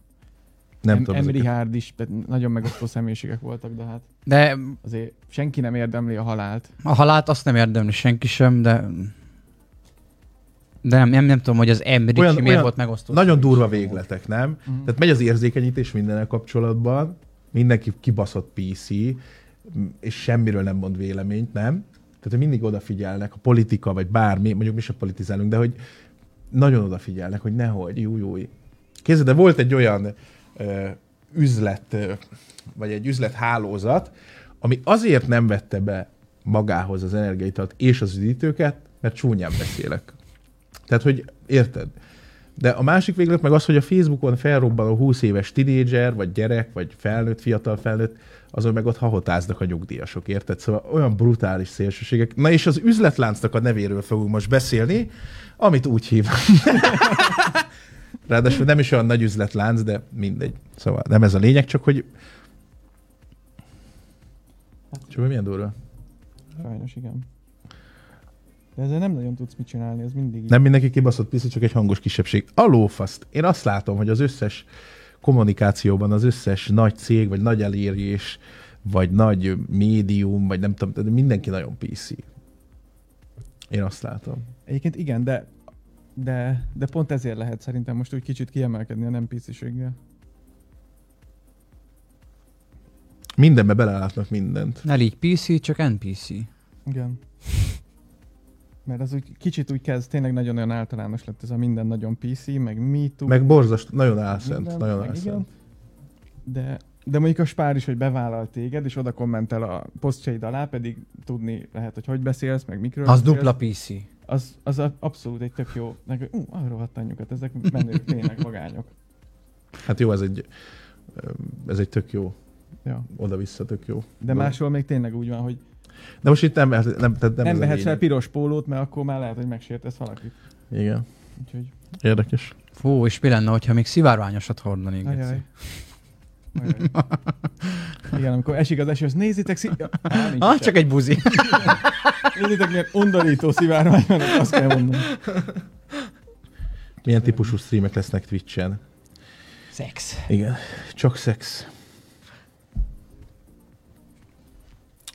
Nem
em-
tudom.
Emri
ezeket.
Hárd is, tehát nagyon megosztó személyiségek voltak, de hát
De
azért senki nem érdemli a halált.
a halált azt nem érdemli senki sem, de... De nem, nem, nem tudom, hogy az Emri
Olyan-
miért
olyan-
volt megosztó.
Nagyon durva végletek, nem? Tehát megy az érzékenyítés mindennel kapcsolatban, mindenki kibaszott PC, m- és semmiről nem mond véleményt, nem? Tehát hogy mindig odafigyelnek, a politika, vagy bármi, mondjuk mi sem politizálunk, de hogy nagyon odafigyelnek, hogy nehogy, jó, jó. Képzeld, de volt egy olyan ö, üzlet, ö, vagy egy üzlethálózat, ami azért nem vette be magához az energiaitalt és az üdítőket, mert csúnyán beszélek. Tehát, hogy érted? De a másik véglet meg az, hogy a Facebookon felrobbanó 20 éves tinédzser, vagy gyerek, vagy felnőtt, fiatal felnőtt, azon meg ott hahotáznak a nyugdíjasok, érted? Szóval olyan brutális szélsőségek. Na és az üzletláncnak a nevéről fogunk most beszélni, amit úgy hív. Ráadásul nem is olyan nagy üzletlánc, de mindegy. Szóval nem ez a lényeg, csak hogy... Csak hogy milyen durva.
Sajnos, igen. De ezzel nem nagyon tudsz mit csinálni, ez mindig így.
Nem mindenki kibaszott piszi, csak egy hangos kisebbség. A lófaszt. Én azt látom, hogy az összes kommunikációban, az összes nagy cég vagy nagy elérés vagy nagy médium, vagy nem tudom, tehát mindenki nagyon PC. Én azt látom.
Egyébként igen, de, de, de pont ezért lehet szerintem most úgy kicsit kiemelkedni a nem pc
Mindenbe belelátnak mindent.
Ne légy PC, csak NPC.
Igen. Mert az úgy kicsit úgy kezd, tényleg nagyon-nagyon általános lett ez a minden nagyon PC, meg MeToo.
Meg borzas, nagyon álszent,
Minden,
nagyon
meg
álszent.
igen. De, de mondjuk a spár is, hogy bevállal téged, és oda kommentel a posztjaid alá, pedig tudni lehet, hogy hogy beszélsz, meg mikről
Az
beszélsz.
dupla PC.
Az, az a- abszolút egy tök jó. Meg, ú, arra vatt anyjukat, ezek menők, tényleg magányok.
Hát jó, ez egy, ez egy tök jó,
Ja.
oda-vissza tök jó.
De máshol még tényleg úgy van, hogy
De most itt nem, nem, nem, tehát nem, ez
nem, nem
a
vehetsz fel
lényeg.
piros pólót, mert akkor már lehet, hogy megsértesz valakit.
Igen,
Úgyhogy,
érdekes.
Fú, és mi lenne, hogyha még szivárványosat hordanék?
ajaj.
Geci?
Ajaj. Igen, amikor esik az eső, azt nézzétek, szí... ja, á, nincs
Ah,
is
csak egy buzi.
Nézzétek, milyen undorító szivárvány van, azt kell mondanom.
Milyen típusú streamek lesznek Twitch-en?
Szex.
Igen, csak szex.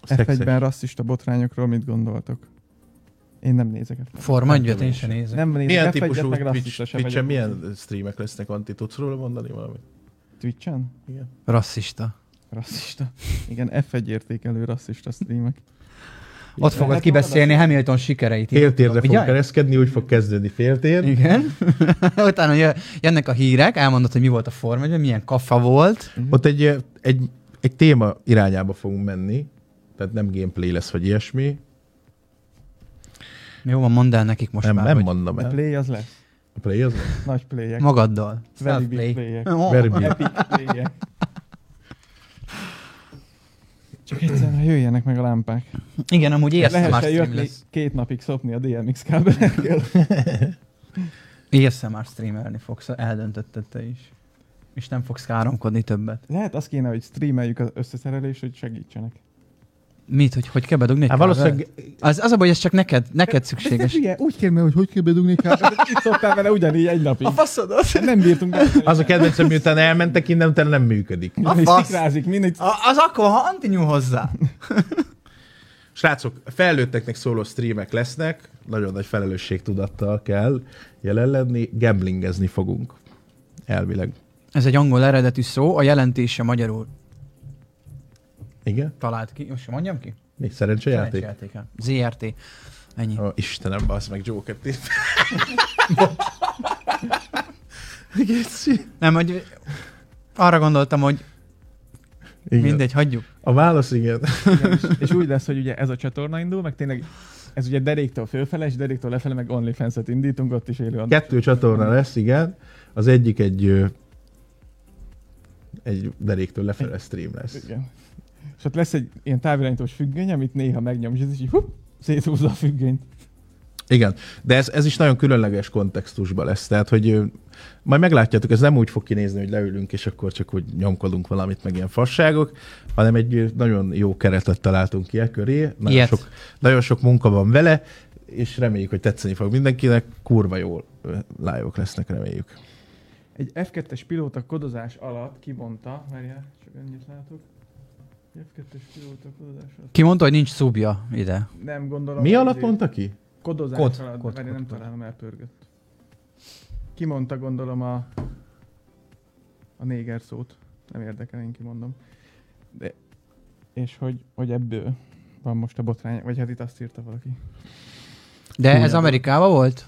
Szexes.
F1-ben rasszista botrányokról mit gondoltok? Én nem nézek f
Forma egyet én sem nézek.
Nem nézek
Milyen
F1-et,
típusú
meg rasszista
Twitch,
sem
Twitch-en
vagyok.
milyen streamek lesznek? Anti, tudsz róla mondani valamit?
Twitch-en?
Igen.
Rasszista.
Rasszista. Igen, F1 értékelő rasszista streamek.
Ott fogod
lehet
kibeszélni Hamilton sikereit.
Féltérre fog
Figyelj!
kereskedni, úgy fog kezdődni féltér.
Igen. Utána jö- jönnek a hírek, elmondod, hogy mi volt a Forma 1, milyen kaffa volt.
Ott egy, eh, egy, egy téma irányába fogunk menni, tehát nem gameplay lesz, vagy ilyesmi.
Jó van, mondd el nekik most
nem,
már,
nem
hogy
mondom
A
el.
play az lesz.
A play az?
Nagy playek.
magaddal.
Very big
Self-play.
playek.
Ó,
Very big.
Epic playek. Csak egyszerűen, ha jöjjenek meg a lámpák.
Igen, amúgy ASMR
Lehessen
stream
jötni
lesz.
két napig szopni a DMX kábelekkel.
ASMR streamelni fogsz, eldöntötted te is. És nem fogsz káromkodni többet.
Lehet az kéne, hogy streameljük az összeszerelést, hogy segítsenek.
Mit, hogy hogy kell bedugni egy
Hát valószínűleg
kávét? Az, az a baj, hogy ez csak neked, neked szükséges.
Ugye, úgy kér hogy hogy kell bedugni kábelt. Itt szoktál vele ugyanígy egy napig. Hát
faszodat!
Nem bírtunk be.
az a kedvencem, miután elmentek innen, utána nem működik.
A
Mindig
fasz.
szikrázik, mindig.
A, az akkor, ha anti nyúl hozzá.
Srácok, felnőtteknek szóló streamek lesznek, nagyon nagy felelősségtudattal kell jelen lenni, gamblingezni fogunk. Elvileg.
Ez egy angol eredetű szó, a jelentése magyarul
Igen?
talált ki. Most mondjam ki?
Mi? Szerencsejáték?
Szerencsejátéka. ZRT. Ennyi.
Ó, Istenem, az meg Joker tép.
Nem, hogy arra gondoltam, hogy
Igen.
mindegy, hagyjuk.
A válasz igen.
És úgy lesz, hogy ugye ez a csatorna indul, meg tényleg ez ugye deréktől fölfele, és deréktől lefele, meg OnlyFans-et indítunk, ott is élő adás.
Kettő csatorna lesz, igen. Az egyik egy ö, egy deréktől lefele stream lesz.
Igen. És ott lesz egy ilyen távirányítós függöny, amit néha megnyom, és ez is így hup, széthúzza a függönyt.
Igen, de ez, ez is nagyon különleges kontextusban lesz, tehát hogy ö, majd meglátjátok, ez nem úgy fog kinézni, hogy leülünk, és akkor csak úgy nyomkodunk valamit, meg ilyen fasságok, hanem egy ö, nagyon jó keretet találtunk ki e köré. Nagyon
Ilyet.
sok, nagyon sok munka van vele, és reméljük, hogy tetszeni fog mindenkinek. Kurva jól ö, live-ok lesznek, reméljük.
Egy F2-es pilóta kodozás alatt kibonta, várjál, csak ennyit látok. F2-es pilóta kodozás alatt.
Ki mondta, hogy nincs szubja ide.
Nem gondolom.
Mi
hogy
alatt
így-
mondta ki?
Kodozás
Kod,
kod, alatt,
kod,
kod, várj,
kod,
nem
kod.
találom, elpörgött. Kimondta gondolom a, a néger szót. Nem érdekel, én kimondom. De, és hogy, hogy ebből van most a botrány, vagy hát itt azt írta valaki.
De ez
Húlyában.
Amerikában volt?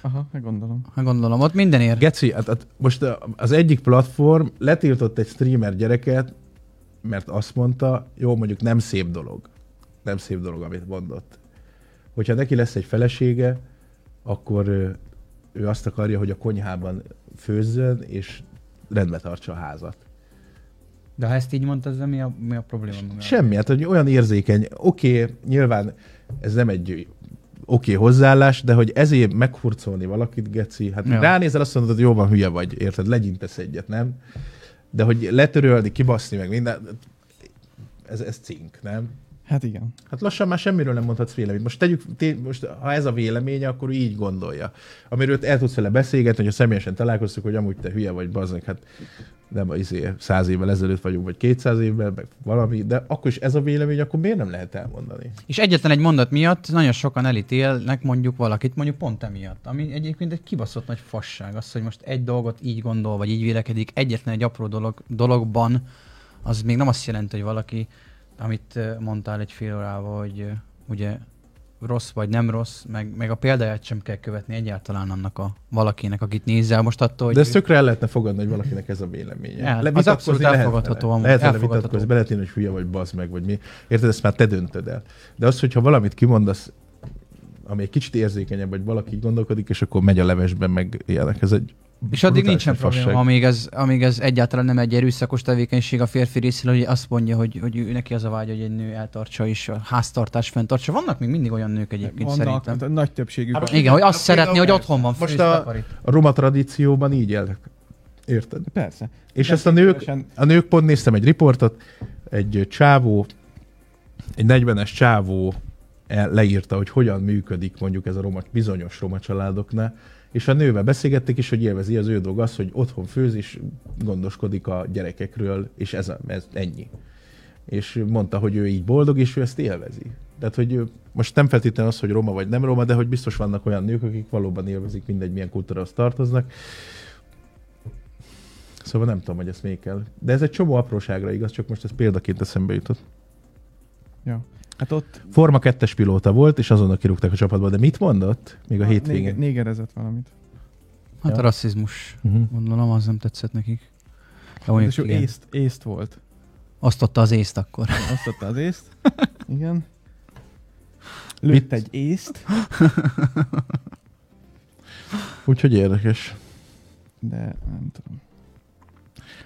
Aha, meg gondolom.
Hát Gondolom, ott mindenért.
Geci, hát, hát most ö, az egyik platform letiltott egy streamer gyereket, mert azt mondta, jó, mondjuk nem szép dolog. Nem szép dolog, amit mondott. Hogyha neki lesz egy felesége, akkor ő, ő azt akarja, hogy a konyhában főzzön, és rendbe tartsa a házat.
De ha ezt így mondta, ezzel mi a, mi a probléma? maga?
Semmi, hát hogy olyan érzékeny. Oké, okay, nyilván ez nem egy oké okay, hozzáállás, de hogy ezért meghurcolni valakit, geci, hát
Ja.
ja. ránézel, azt mondod, hogy jóban hülye vagy, érted, legyintesz egyet, nem? De hogy letörölni, kibaszni, meg minden, ez, ez cink, nem?
Hát igen.
Hát lassan már semmiről nem mondhatsz véleményt. Most tegyük, té, most, ha ez a véleménye, akkor ő így gondolja. Amiről el tudsz vele beszélgetni, hogyha személyesen találkoztuk, hogy amúgy te hülye vagy, bazdmeg, hát nem izé, száz évvel ezelőtt vagyunk, vagy 200 évvel, meg valami, de akkor is ez a vélemény, akkor miért nem lehet elmondani?
És egyetlen egy mondat miatt nagyon sokan elítélnek mondjuk valakit, mondjuk pont emiatt. Ami egyébként egy kibaszott nagy fasság az, hogy most egy dolgot így gondol, vagy így vélekedik egyetlen egy apró dolog, dologban, az még nem azt jelenti, hogy valaki, amit ö, mondtál egy fél órával, hogy ö, ugye rossz vagy nem rossz, meg, meg a példáját sem kell követni egyáltalán annak a valakinek, akit nézel most attól, hogy
De
ő-
ezt tökre el lehetne fogadni, hogy valakinek ez a véleménye.
El- az
vitatkozni
abszolút
lehet vele.
elfogadható amúgy,
Lehet vele
elfogadható.
vitatkozni, be lehet írni, hogy hülye vagy, bazd meg, vagy mi. Érted, ezt már te döntöd el. De az, hogyha valamit kimondasz, ami egy kicsit érzékenyebb, vagy valaki így gondolkodik, és akkor megy a levesben, meg ilyenek. Ez egy
És addig
brutális
nincsen
nagy
probléma,
fasság.
amíg ez, amíg ez egyáltalán nem egy erőszakos tevékenység a férfi részéről, hogy azt mondja, hogy, hogy ő neki az a vágy, hogy egy nő eltartsa és a háztartás fenntartsa. Vannak még mindig olyan nők egyébként
Vannak,
szerintem.
a nagy többségük.
Hát
van.
Igen, hogy azt
Hát
szeretné,
például
hogy otthon van
Most
főz,
a-
takarít.
A roma tradícióban így élnek. Érted?
Persze.
És
De
ezt a nők,
különösen-
a nők pont néztem egy riportot, egy ö, csávó, egy 40-es csávó el- leírta, hogy hogyan működik mondjuk ez a roma, bizonyos roma családoknál, és a nővel beszélgették is, hogy élvezi az ő dolga az, hogy otthon főz és gondoskodik a gyerekekről, és ez, a, ez ennyi. És mondta, hogy ő így boldog, és ő ezt élvezi. Tehát, hogy ő- most nem feltétlenül az, hogy roma vagy nem roma, de hogy biztos vannak olyan nők, akik valóban élvezik mindegy, milyen kultúrához tartoznak, Szóval nem tudom, hogy ezt még kell. De ez egy csomó apróságra igaz, csak most ez példaként eszembe jutott.
Ja. Hát ott
Forma 2 pilóta volt, és azonnal kirúgták a csapatba, de mit mondott? Még a hétvégén.
néger- négerezett valamit.
Hát
Ja.
a rasszizmus,
Uh-huh.
gondolom, az nem tetszett nekik. De
És
mondjuk,
ő
igen.
észt, észt volt.
Azt adta az észt akkor.
Azt adta az észt. Igen. Lőtt
Mit?
egy észt,
Úgyhogy érdekes.
de nem tudom.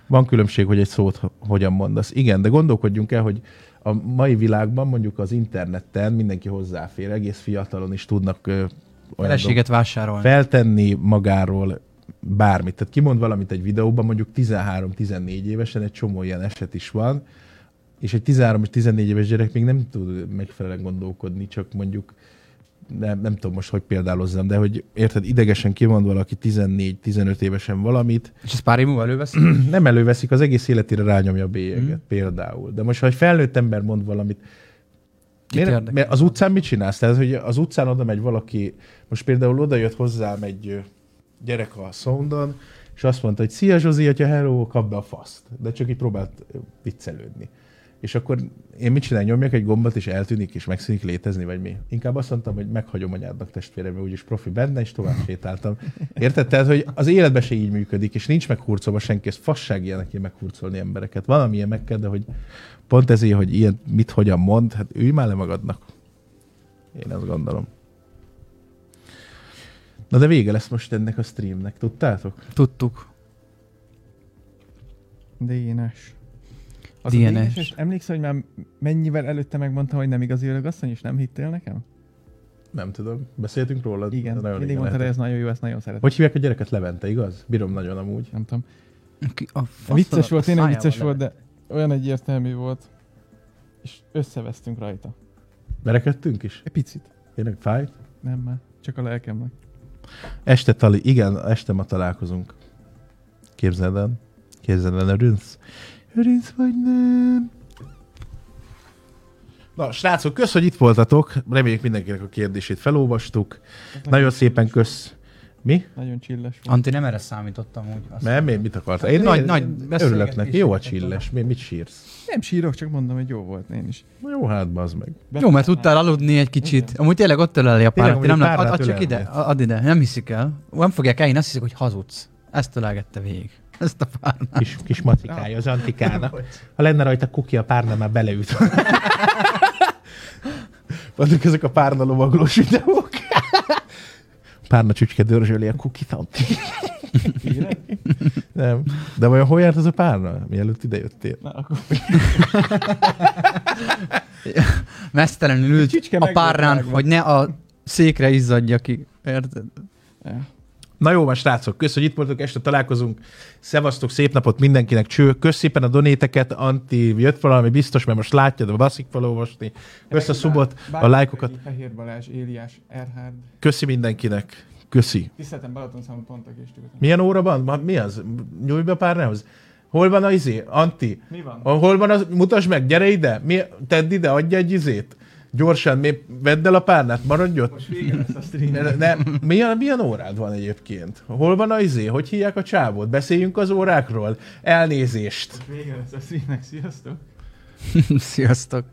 Van különbség, hogy egy szót ho- hogyan mondasz. Igen, de gondolkodjunk el, hogy a mai világban, mondjuk az interneten mindenki hozzáfér, egész fiatalon is tudnak ö, olyan dolgokat
Feleséget vásárolni.
feltenni magáról bármit. Tehát kimond valamit egy videóban, mondjuk 13-14 évesen egy csomó ilyen eset is van, és egy 13 és 14 éves gyerek még nem tud megfelelően gondolkodni, csak mondjuk nem, nem tudom most, hogy példálozzam, de hogy érted, idegesen kimond valaki 14-15 évesen valamit,
És ez pár év múlva előveszi?
nem előveszik, az egész életére rányomja a bélyeget mm. például. De most, ha egy felnőtt ember mond valamit, miért,
érdekel?
mert az utcán mit csinálsz? Tehát, hogy az utcán oda megy valaki, most például oda jött hozzám egy ö, gyerek a soundon, és azt mondta, hogy szia Zsozi, hogyha hello, kap be a faszt. De csak így próbált ö, viccelődni. És akkor én mit csinálok? Nyomjak egy gombot, és eltűnik, és megszűnik létezni, vagy mi? Inkább azt mondtam, hogy meghagyom anyádnak testvérem, mert úgyis profi benne, és tovább sétáltam. Érted? Tehát, hogy az életben se így működik, és nincs meghurcolva senki, ez fasság ilyenek ilyen meghurcolni embereket. Van, amilyen meg kell, de hogy pont ezért, hogy ilyen mit hogyan mond, hát ülj már le magadnak. Én azt gondolom. Na de vége lesz most ennek a streamnek, tudtátok?
Tudtuk.
DNS.
DNS.
DNS. Emlékszel, hogy már mennyivel előtte megmondtam, hogy nem igazi örökasszony, és nem hittél nekem?
Nem tudom, beszéltünk róla?
Igen,
Nagyon
mindig
régen
mondtad, hogy
lehetett.
ez Hát, nagyon jó, ezt nagyon szeretem.
Hogy hívják a gyereket? Levente, igaz? Bírom nagyon amúgy.
Nem tudom.
Ki- A faszod-
Vicces volt,
a
tényleg
szájával
vicces volt,
levet.
de olyan egyértelmű volt. És összevesztünk rajta.
Merekedtünk is?
Egy picit.
Tényleg fáj?
Nem már. Csak a lelkemnek.
Este tali, igen, este ma találkozunk. Képzeld el. Képzeld el, örülsz? Örülsz vagy nem? Na, srácok, kösz, hogy itt voltatok. Reméljük mindenkinek a kérdését felolvastuk. Nagyon szépen kösz. Mi?
Nagyon csilles volt.
Anti, nem erre számítottam úgy. Azt
Nem, én mit akartál?
Hát
Én
nagy-
én-
nagy
örülök neki.
beszélgetés
Jó a
volt.
csilles. Mi, mit sírsz?
Nem sírok, csak mondom, hogy jó volt én is.
Na Jó, hát bazd meg.
Jó, mert tudtál aludni egy kicsit.
Igen.
Amúgy tényleg ott öleli a párat.
amúgy
Nem,
a
nem, ad,
párnát
ad csak ide,
ölelni.
ad ide. Nem hiszik el. Nem fogják elhinni, azt hiszik, hogy hazudsz. Ezt ölelgette végig. Ezt a párnát.
Kis, kis macikája az antikának. Ha lenne rajta kuki, a párna már beleüt. Vannak ezek a párna lovaglós videók. Párna csücske dörzsöli a kukit, Anti. Nem. De vajon hol járt az a párna, mielőtt ide jöttél?
Na, akkor
Mesztelenül
A
ült
csücske
a
meg volt
párnán,
vágva.
hogy ne a székre izzadja ki. Érted?
Na jó, van, srácok, kösz, hogy itt voltok, este találkozunk. Szevasztok, szép napot mindenkinek, cső. Kösz szépen a donéteket, Anti, jött valami biztos, mert most látjad, a baszik felolvasni. Össze a szubot, a lájkokat.
Fehér Balázs, Éliás, Erhard.
Köszi mindenkinek. Köszi.
Tiszteltem Balaton számú pontok és tükötön.
Milyen óra van? Ma, mi az? Nyújj be a párnához. Hol van a izé? Anti?
Mi van?
A- Hol van az? Mutasd meg, gyere ide. Mi, tedd ide, adj egy izét. Gyorsan, mi, vedd el a párnát, maradj ott.
Most vége lesz a stream.
Ne, ne, milyen, milyen órád van egyébként? Hol van a izé? Hogy hívják a csávót? Beszéljünk az órákról. Elnézést.
Vége lesz a streamnek, sziasztok!
Sziasztok.